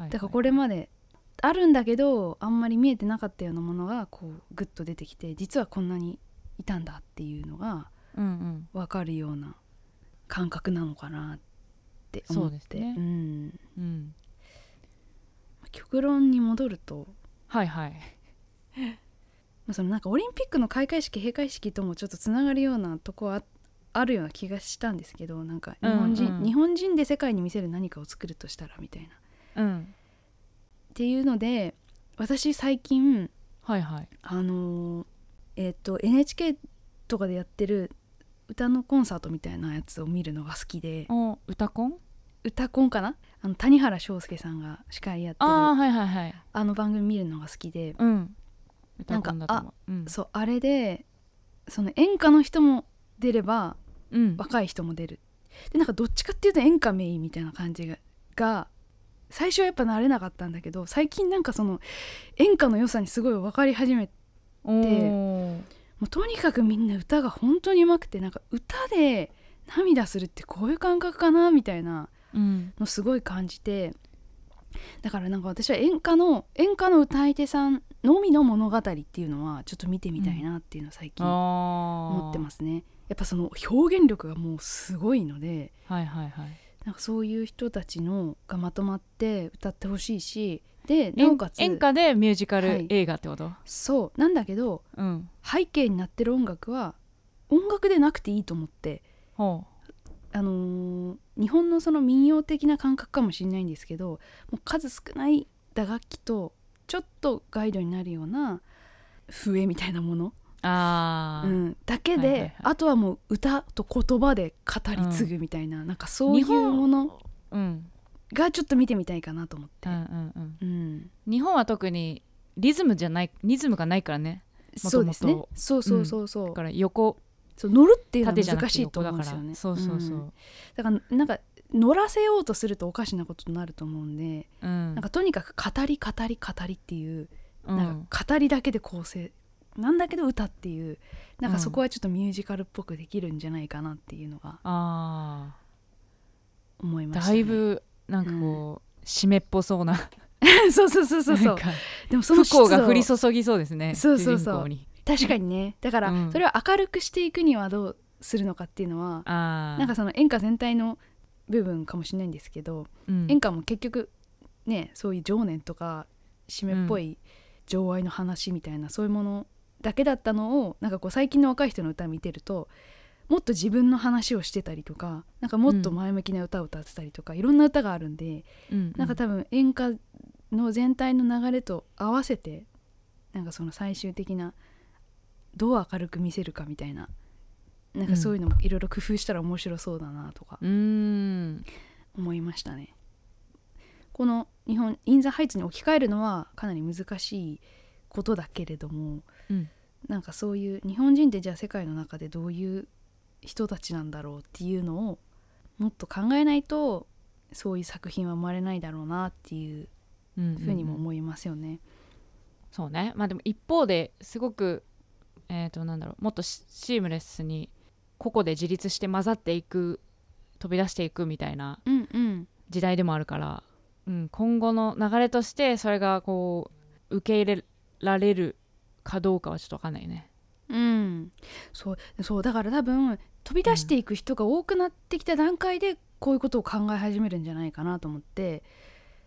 [SPEAKER 2] いい
[SPEAKER 3] だからこれまであるんだけどあんまり見えてなかったようなものがこうグッと出てきて実はこんなにいたんだっていうのが
[SPEAKER 2] うんうん
[SPEAKER 3] 分かるような感覚なのかなって思っ
[SPEAKER 2] そ
[SPEAKER 3] て
[SPEAKER 2] うですね
[SPEAKER 3] うん、
[SPEAKER 2] うん
[SPEAKER 3] 極論に戻ると、
[SPEAKER 2] はいはい
[SPEAKER 3] まあ、そのなんかオリンピックの開会式閉会式ともちょっとつながるようなとこはああるような気がしたんですけどなんか日本人、
[SPEAKER 2] うんうん
[SPEAKER 3] 日本人で世界に見せる何かを作るとしたらみたいな。っ
[SPEAKER 2] うん
[SPEAKER 3] ていうので私最近
[SPEAKER 2] はいはい
[SPEAKER 3] あのーえっ、と NHK とかでやってる歌のコンサートみたいなやつを見るのが好きで
[SPEAKER 2] お歌コン
[SPEAKER 3] 歌コンかなあの谷原章介さんが司会やってる
[SPEAKER 2] ああ
[SPEAKER 3] あ
[SPEAKER 2] ーはいはいはい
[SPEAKER 3] の番組見るのが好きで、
[SPEAKER 2] うん歌コンだと思ううん
[SPEAKER 3] そうあれでその演歌の人も出れば
[SPEAKER 2] うん
[SPEAKER 3] 若い人も出るでなんかどっちかっていうと演歌メインみたいな感じがが最初はやっぱ慣れなかったんだけど最近なんかその演歌の良さにすごい分かり始めて
[SPEAKER 2] お
[SPEAKER 3] で
[SPEAKER 2] ー
[SPEAKER 3] もうとにかくみんな歌が本当にうまくてなんか歌で涙するってこういう感覚かなみたいな
[SPEAKER 2] うん
[SPEAKER 3] のすごい感じてだからなんか私は演歌の演歌の歌い手さんのみの物語っていうのはちょっと見てみたいなっていうのを最近思
[SPEAKER 2] 思
[SPEAKER 3] ってますすね。やっぱその表現力がもうすごいので
[SPEAKER 2] はいはいはい
[SPEAKER 3] なんかそういう人たちのがまとまって歌ってほしいしでな
[SPEAKER 2] 演
[SPEAKER 3] おかつ
[SPEAKER 2] 演歌でミュージカ
[SPEAKER 3] はい
[SPEAKER 2] ル映画ってこと
[SPEAKER 3] そうなんだけど
[SPEAKER 2] うん
[SPEAKER 3] 背景になってる音楽は音楽でなくていいと思って
[SPEAKER 2] ほ
[SPEAKER 3] あのー日本のその民謡的な感覚かもしれないんですけどもう数少ない打楽器とちょっとガイドになるような笛みたいなもの、
[SPEAKER 2] うあ
[SPEAKER 3] う
[SPEAKER 2] あ
[SPEAKER 3] ん、だけで、
[SPEAKER 2] はいはいはい
[SPEAKER 3] あとはもう歌と言葉で語り継ぐみたいな、なんかそうい
[SPEAKER 2] 日
[SPEAKER 3] う
[SPEAKER 2] 本
[SPEAKER 3] もの
[SPEAKER 2] うん
[SPEAKER 3] がちょっと見てみたいかなと思って、
[SPEAKER 2] う
[SPEAKER 3] うんん
[SPEAKER 2] うんうん日本は特にリズムじゃないリズムがないからね
[SPEAKER 3] そうですね
[SPEAKER 2] 元々
[SPEAKER 3] そうそうそうそう,、
[SPEAKER 2] だから横
[SPEAKER 3] そう乗るっていうのは
[SPEAKER 2] 縦じゃな
[SPEAKER 3] 難
[SPEAKER 2] くて
[SPEAKER 3] しいと
[SPEAKER 2] 横
[SPEAKER 3] 思
[SPEAKER 2] だ
[SPEAKER 3] うん
[SPEAKER 2] か
[SPEAKER 3] ですよ
[SPEAKER 2] らそ
[SPEAKER 3] ね
[SPEAKER 2] うそうそ
[SPEAKER 3] ん
[SPEAKER 2] う
[SPEAKER 3] だからなんか乗らせようとするとおかしなことになると思うんで、
[SPEAKER 2] うん
[SPEAKER 3] なんかとにかく語り語り語りっていう
[SPEAKER 2] うん
[SPEAKER 3] なんか語りだけで構成なんだけど歌っていうなんかそこはちょっとミュージカルっぽくできるんじゃないかなっていうのが
[SPEAKER 2] あ
[SPEAKER 3] 思い
[SPEAKER 2] ー
[SPEAKER 3] ました、
[SPEAKER 2] だ
[SPEAKER 3] ね、
[SPEAKER 2] いぶなんかこう湿っぽそうな
[SPEAKER 3] そうそうそうそうそ
[SPEAKER 2] な
[SPEAKER 3] うん
[SPEAKER 2] か
[SPEAKER 3] でもその
[SPEAKER 2] 不
[SPEAKER 3] 湿度
[SPEAKER 2] 幸が降り注ぎそうですね
[SPEAKER 3] そうそうそ
[SPEAKER 2] 主
[SPEAKER 3] う
[SPEAKER 2] 人公に
[SPEAKER 3] 確かにねだから
[SPEAKER 2] うん
[SPEAKER 3] それを明るくしていくにはどうするのかっていうのは、
[SPEAKER 2] ああ
[SPEAKER 3] なんかその演歌全体の部分かもしれないんですけど、演歌も結局ねそういう情念とか締めっぽい情愛の話みたいな、そういうものだけだったのをなんかこう最近の若い人の歌見てるともっと自分の話をしてたりとかなんかもっと前向きな歌を歌ってたりとか、いろんな歌があるんでなんか多分演歌の全体の流れと合わせてなんかその最終的などう明るく見せるかみたいななんかそういうのもいろいろ工夫したら面白そうだなとか
[SPEAKER 2] うーん
[SPEAKER 3] 思いましたねこの日本インザハイツに置き換えるのはかなり難しいことだけれども
[SPEAKER 2] うん
[SPEAKER 3] なんかそういう日本人ってじゃあ世界の中でどういう人たちなんだろうっていうのをもっと考えないとそういう作品は生まれないだろうなっていう
[SPEAKER 2] うん
[SPEAKER 3] ふうにも思いますよね。
[SPEAKER 2] そうねまあでも一方ですごくえっ、となんだろうもっとシシームレスに個々で自立して混ざっていく飛び出していくみたいな
[SPEAKER 3] うんうん
[SPEAKER 2] 時代でもあるから、うん、今後の流れとしてそれがこう受け入れられるかどうかはちょっと分かんないね。
[SPEAKER 3] うん、そうそうだから多分飛び出していく人が多くなってきた段階でこういうことを考え始めるんじゃないかなと思って、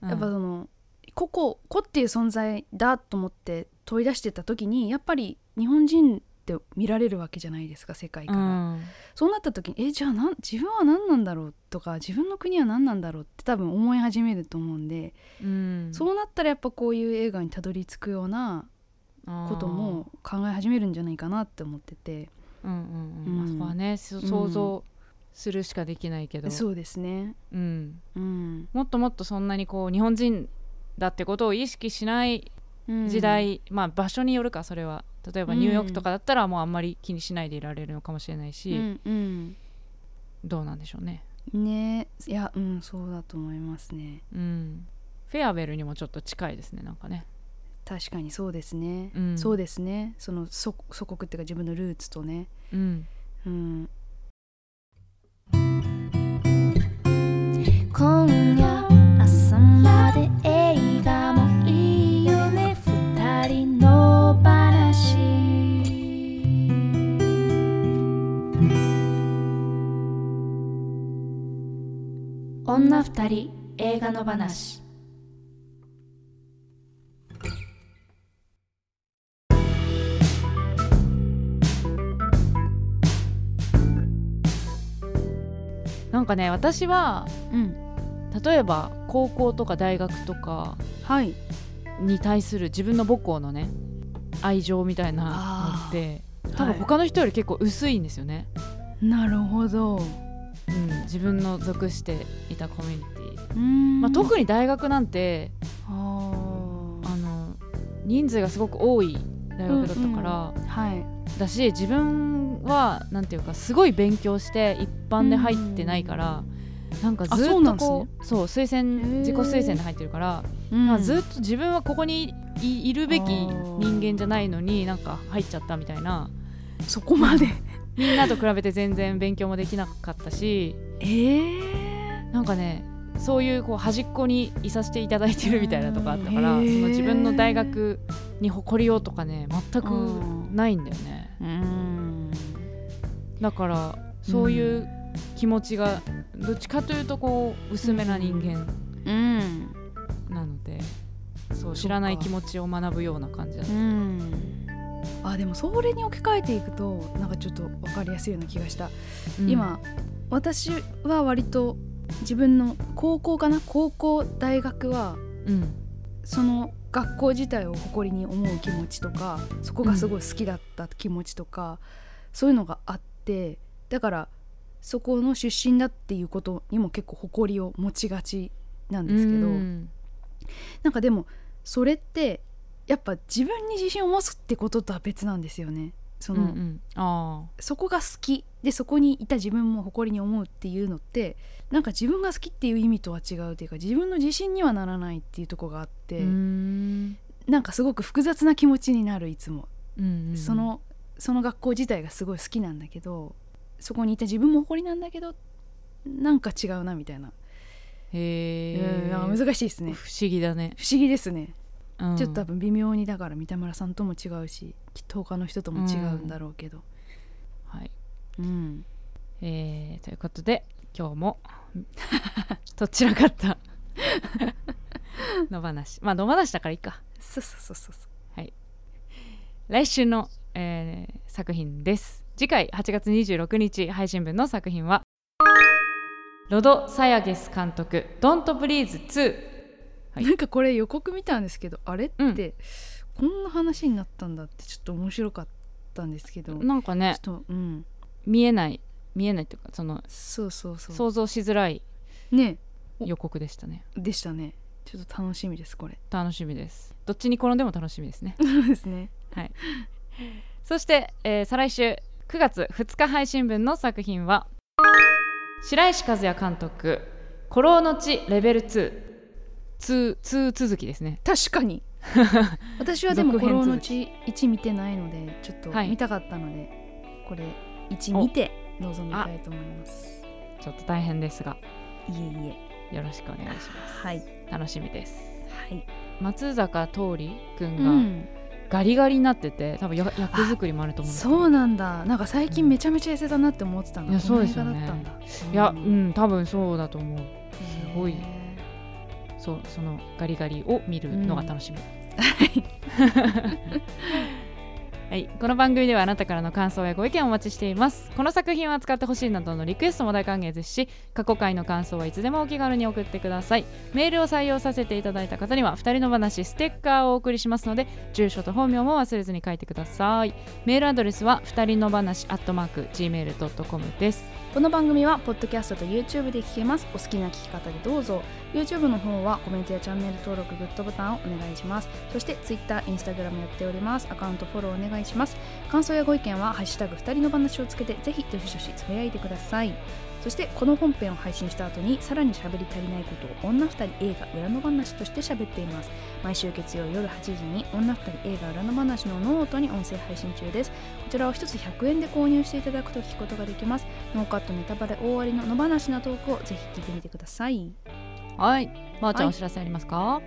[SPEAKER 2] うん
[SPEAKER 3] やっぱその個々個っていう存在だと思って飛び出してった時にやっぱり日本人って見られるわけじゃないですか世界から、
[SPEAKER 2] うん
[SPEAKER 3] そうなった時にえじゃあなん自分は何なんだろうとか自分の国は何なんだろうって多分思い始めると思うんで、
[SPEAKER 2] うん、
[SPEAKER 3] そうなったらやっぱこういう映画にたどり着くようなことも考え始めるんじゃないかなって思ってて
[SPEAKER 2] あー、うんうんうんまあ、
[SPEAKER 3] うん
[SPEAKER 2] そこはねそ
[SPEAKER 3] うん
[SPEAKER 2] 想像するしかできないけど、
[SPEAKER 3] そうですね
[SPEAKER 2] うん、
[SPEAKER 3] うん、
[SPEAKER 2] もっともっとそんなにこう日本人だってことを意識しない
[SPEAKER 3] うん
[SPEAKER 2] 時代、まあ場所によるかそれは例えばニューヨークとかだったらもうあんまり気にしないでいられるのかもしれないし、
[SPEAKER 3] うんうん
[SPEAKER 2] どうなんでしょうね、
[SPEAKER 3] ねいやうんそうだと思いますね
[SPEAKER 2] うん、フェアウェルにもちょっと近いですねなんかね
[SPEAKER 3] 確かにそうですね、
[SPEAKER 2] うん
[SPEAKER 3] そうですねその祖祖国っていうか自分のルーツとね、
[SPEAKER 2] うん
[SPEAKER 3] うん、
[SPEAKER 1] 今夜朝まで映画もいい女二人映画の話
[SPEAKER 2] なんかね私は
[SPEAKER 3] うん
[SPEAKER 2] 例えば高校とか大学とか
[SPEAKER 3] はい
[SPEAKER 2] に対する自分の母校のね愛情みたいなのって多分
[SPEAKER 3] はい
[SPEAKER 2] 他の人より結構薄いんですよね、
[SPEAKER 3] なるほど
[SPEAKER 2] うん、自分の属していたコミュニティ、
[SPEAKER 3] うん
[SPEAKER 2] まあ、特に大学なんて
[SPEAKER 3] あー
[SPEAKER 2] あの人数がすごく多い大学だったから、
[SPEAKER 3] はい
[SPEAKER 2] だし自分はなんていうかすごい勉強して一般で入ってないから、なんかずっ
[SPEAKER 3] あそうな
[SPEAKER 2] と
[SPEAKER 3] んです
[SPEAKER 2] こ
[SPEAKER 3] ね
[SPEAKER 2] うそう推
[SPEAKER 3] へ
[SPEAKER 2] 薦
[SPEAKER 3] ー
[SPEAKER 2] 自己推薦で入ってるから、
[SPEAKER 3] うん
[SPEAKER 2] なんかずっと自分はここにいいるべき
[SPEAKER 3] あー
[SPEAKER 2] 人間じゃないのになんか入っちゃったみたいな
[SPEAKER 3] そこまで
[SPEAKER 2] みんなと比べて全然勉強もできなかったし
[SPEAKER 3] え
[SPEAKER 2] なんかねそういうこう端っこにいさせていただいてるみたいなとかあったから、
[SPEAKER 3] うんへー
[SPEAKER 2] その自分の大学に誇りようとかね全く
[SPEAKER 3] うん
[SPEAKER 2] ないんだよね。
[SPEAKER 3] うん
[SPEAKER 2] だからそういう気持ちがどっちかというとこう薄めな人間
[SPEAKER 3] うん
[SPEAKER 2] なので、そう
[SPEAKER 3] か
[SPEAKER 2] 知らない気持ちを学ぶような感じだっ
[SPEAKER 3] うんあでもそれに置き換えていくとなんかちょっと分かりやすいような気がした、
[SPEAKER 2] た、うん、
[SPEAKER 3] 今私は割と自分の高校かな高校大学は
[SPEAKER 2] うん
[SPEAKER 3] その学校自体を誇りに思う気持ちとかそこがすごい好きだった気持ちとか、そういうのがあってだからそこの出身だっていうことにも結構誇りを持ちがちなんですけど、
[SPEAKER 2] うん
[SPEAKER 3] なんかでもそれってやっぱ自分に自信を持つってこととは別なんですよね。そ
[SPEAKER 2] うんう
[SPEAKER 3] の、
[SPEAKER 2] ん、あ
[SPEAKER 3] そこが好きでそこにいた自分も誇りに思うっていうのってなんか自分が好きっていう意味とは違うというか自分の自信にはならないっていうとこがあって、
[SPEAKER 2] ーうん
[SPEAKER 3] なんかすごく複雑な気持ちになるいつも、
[SPEAKER 2] うんうん
[SPEAKER 3] そのその学校自体がすごい好きなんだけどそこにいた自分も誇りなんだけどなんか違うなみたいな、
[SPEAKER 2] へ
[SPEAKER 3] うん
[SPEAKER 2] え
[SPEAKER 3] なんか難しいですね
[SPEAKER 2] 不思議だね、
[SPEAKER 3] 不思議ですね
[SPEAKER 2] うん
[SPEAKER 3] ちょっと多分微妙にだから三田村さんとも違うしきっと他の人とも違うんだろうけど、
[SPEAKER 2] はい
[SPEAKER 3] うん
[SPEAKER 2] えーということで今日も どちらかった野放しまあ野放しだからいいか
[SPEAKER 3] そうそうそうそうそう
[SPEAKER 2] 来週の、えー作品です次回8月26日配信分の作品はロド・サヤゲス監督「ドント・ブリーズ2はい
[SPEAKER 3] なんかこれ予告見たんですけどあれって、
[SPEAKER 2] うん
[SPEAKER 3] こんな話になったんだってちょっと面白かったんですけど、」ちょ
[SPEAKER 2] なんかね
[SPEAKER 3] っとうん
[SPEAKER 2] 見えない見えないというかその
[SPEAKER 3] そうそうそう
[SPEAKER 2] 想像しづらい
[SPEAKER 3] ね
[SPEAKER 2] 予告でしたね
[SPEAKER 3] でしたねちょっと楽しみですこれ
[SPEAKER 2] 楽しみですどっちに転んでも楽しみですね
[SPEAKER 3] そうですね
[SPEAKER 2] そして、えー再来週9月2日配信分の作品は白石和也監督「古老の地レベル2」2, 2続きですね
[SPEAKER 3] 確か に私はでも「
[SPEAKER 2] 続
[SPEAKER 3] 古
[SPEAKER 2] 編
[SPEAKER 3] 老の
[SPEAKER 2] 続
[SPEAKER 3] 地」1見てないのでちょっと
[SPEAKER 2] はい
[SPEAKER 3] 見たかったので、これ1
[SPEAKER 2] お
[SPEAKER 3] 見て臨みたいと思います
[SPEAKER 2] ちょっと大変ですが
[SPEAKER 3] いえいえ
[SPEAKER 2] よろしくお願いします
[SPEAKER 3] はい
[SPEAKER 2] 楽しみです
[SPEAKER 3] はい、
[SPEAKER 2] 松坂桃李く
[SPEAKER 3] うん
[SPEAKER 2] が
[SPEAKER 3] ん、
[SPEAKER 2] ガリガリになってて多分や役作りもあると思うんだけど
[SPEAKER 3] そうなんだなんか最近めちゃめちゃ痩せたなって思ってたん
[SPEAKER 2] い
[SPEAKER 3] だ
[SPEAKER 2] や
[SPEAKER 3] この
[SPEAKER 2] そうですよね
[SPEAKER 3] 映画だったんだ
[SPEAKER 2] いやう
[SPEAKER 3] うん
[SPEAKER 2] ん多分そうだと思うすごい
[SPEAKER 3] へ
[SPEAKER 2] そうそのガリガリを見るのが楽しみ、はい、 この番組ではあなたからの感想やご意見をお待ちしていますこの作品を扱ってほしいなどのリクエストも大歓迎ですし過去回の感想はいつでもお気軽に送ってくださいメールを採用させていただいた方には2人の話ステッカーをお送りしますので住所と本名も忘れずに書いてくださいメールアドレスは2人の話 gmail.com です
[SPEAKER 3] ーこの番組はポッドキャストと YouTube で聞けますお好きな聞き方でどうぞ YouTube の方はコメントやチャンネル登録グッドボタンをお願いしますそして Twitter、Instagram やっておりますアカウントフォローお願いします感想やご意見は「ハッシュタグ二人の話」をつけてぜひどしどしつぶやいてくださいそしてこの本編を配信した後にさらに喋り足りないことを女二人映画裏の話として喋っています毎週月曜夜8時に女二人映画裏の話のノートに音声配信中ですこちらを一つ100円で購入していただくと聞くことができますノーカットネタバレ大ありの野放しなトークをぜひ聞いてみてください
[SPEAKER 2] はいまー、ちゃん、
[SPEAKER 3] は
[SPEAKER 2] お
[SPEAKER 3] い
[SPEAKER 2] 知らせありますか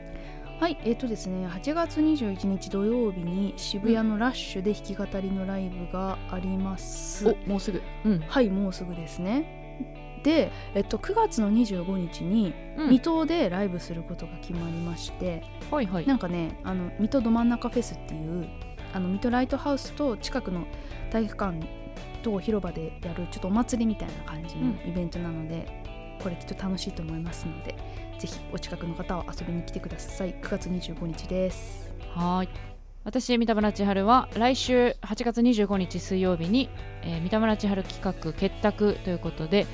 [SPEAKER 3] はい、えっ、とですね、8月21日土曜日に渋谷のラッシュで弾き語りのライブがあります。
[SPEAKER 2] もうすぐうん
[SPEAKER 3] はい、もうすぐですね。で、えっと、9月の25日に
[SPEAKER 2] うん
[SPEAKER 3] 水戸でライブすることが決まりまして、
[SPEAKER 2] はいはい
[SPEAKER 3] なんかねあの水戸ど真ん中フェスっていうあの水戸ライトハウスと近くの体育館と広場でやるちょっとお祭りみたいな感じのイベントなので、これきっと楽しいと思いますのでぜひお近くの方は遊びに来てください9月25日です
[SPEAKER 2] はーい私三田村千春は来週8月25日水曜日に、えー三田村千春企画結託ということで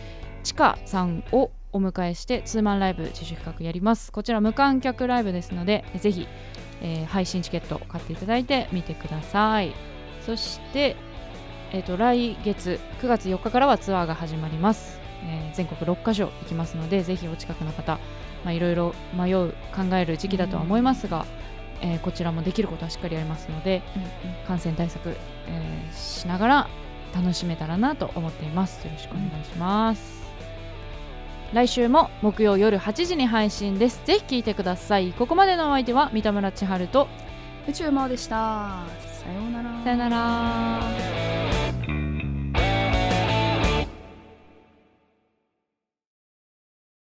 [SPEAKER 2] ちかさんをお迎えしてツーマンライブ自主企画やりますこちら無観客ライブですのでえーぜひ、えー配信チケット買っていただいて見てくださいそして、えー、と来月9月4日からはツアーが始まります、えー全国6カ所行きますのでぜひお近くの方まあいろいろ迷う考える時期だとは思いますが、えーこちらもできることはしっかりやりますので感染対策、えーしながら楽しめたらなと思っていますよろしくお願いします、来週も木曜夜8時に配信ですぜひ聞いてくださいここまでのお相手は三田村千春と
[SPEAKER 3] 宇宙魔王でしたさようなら
[SPEAKER 2] さよなら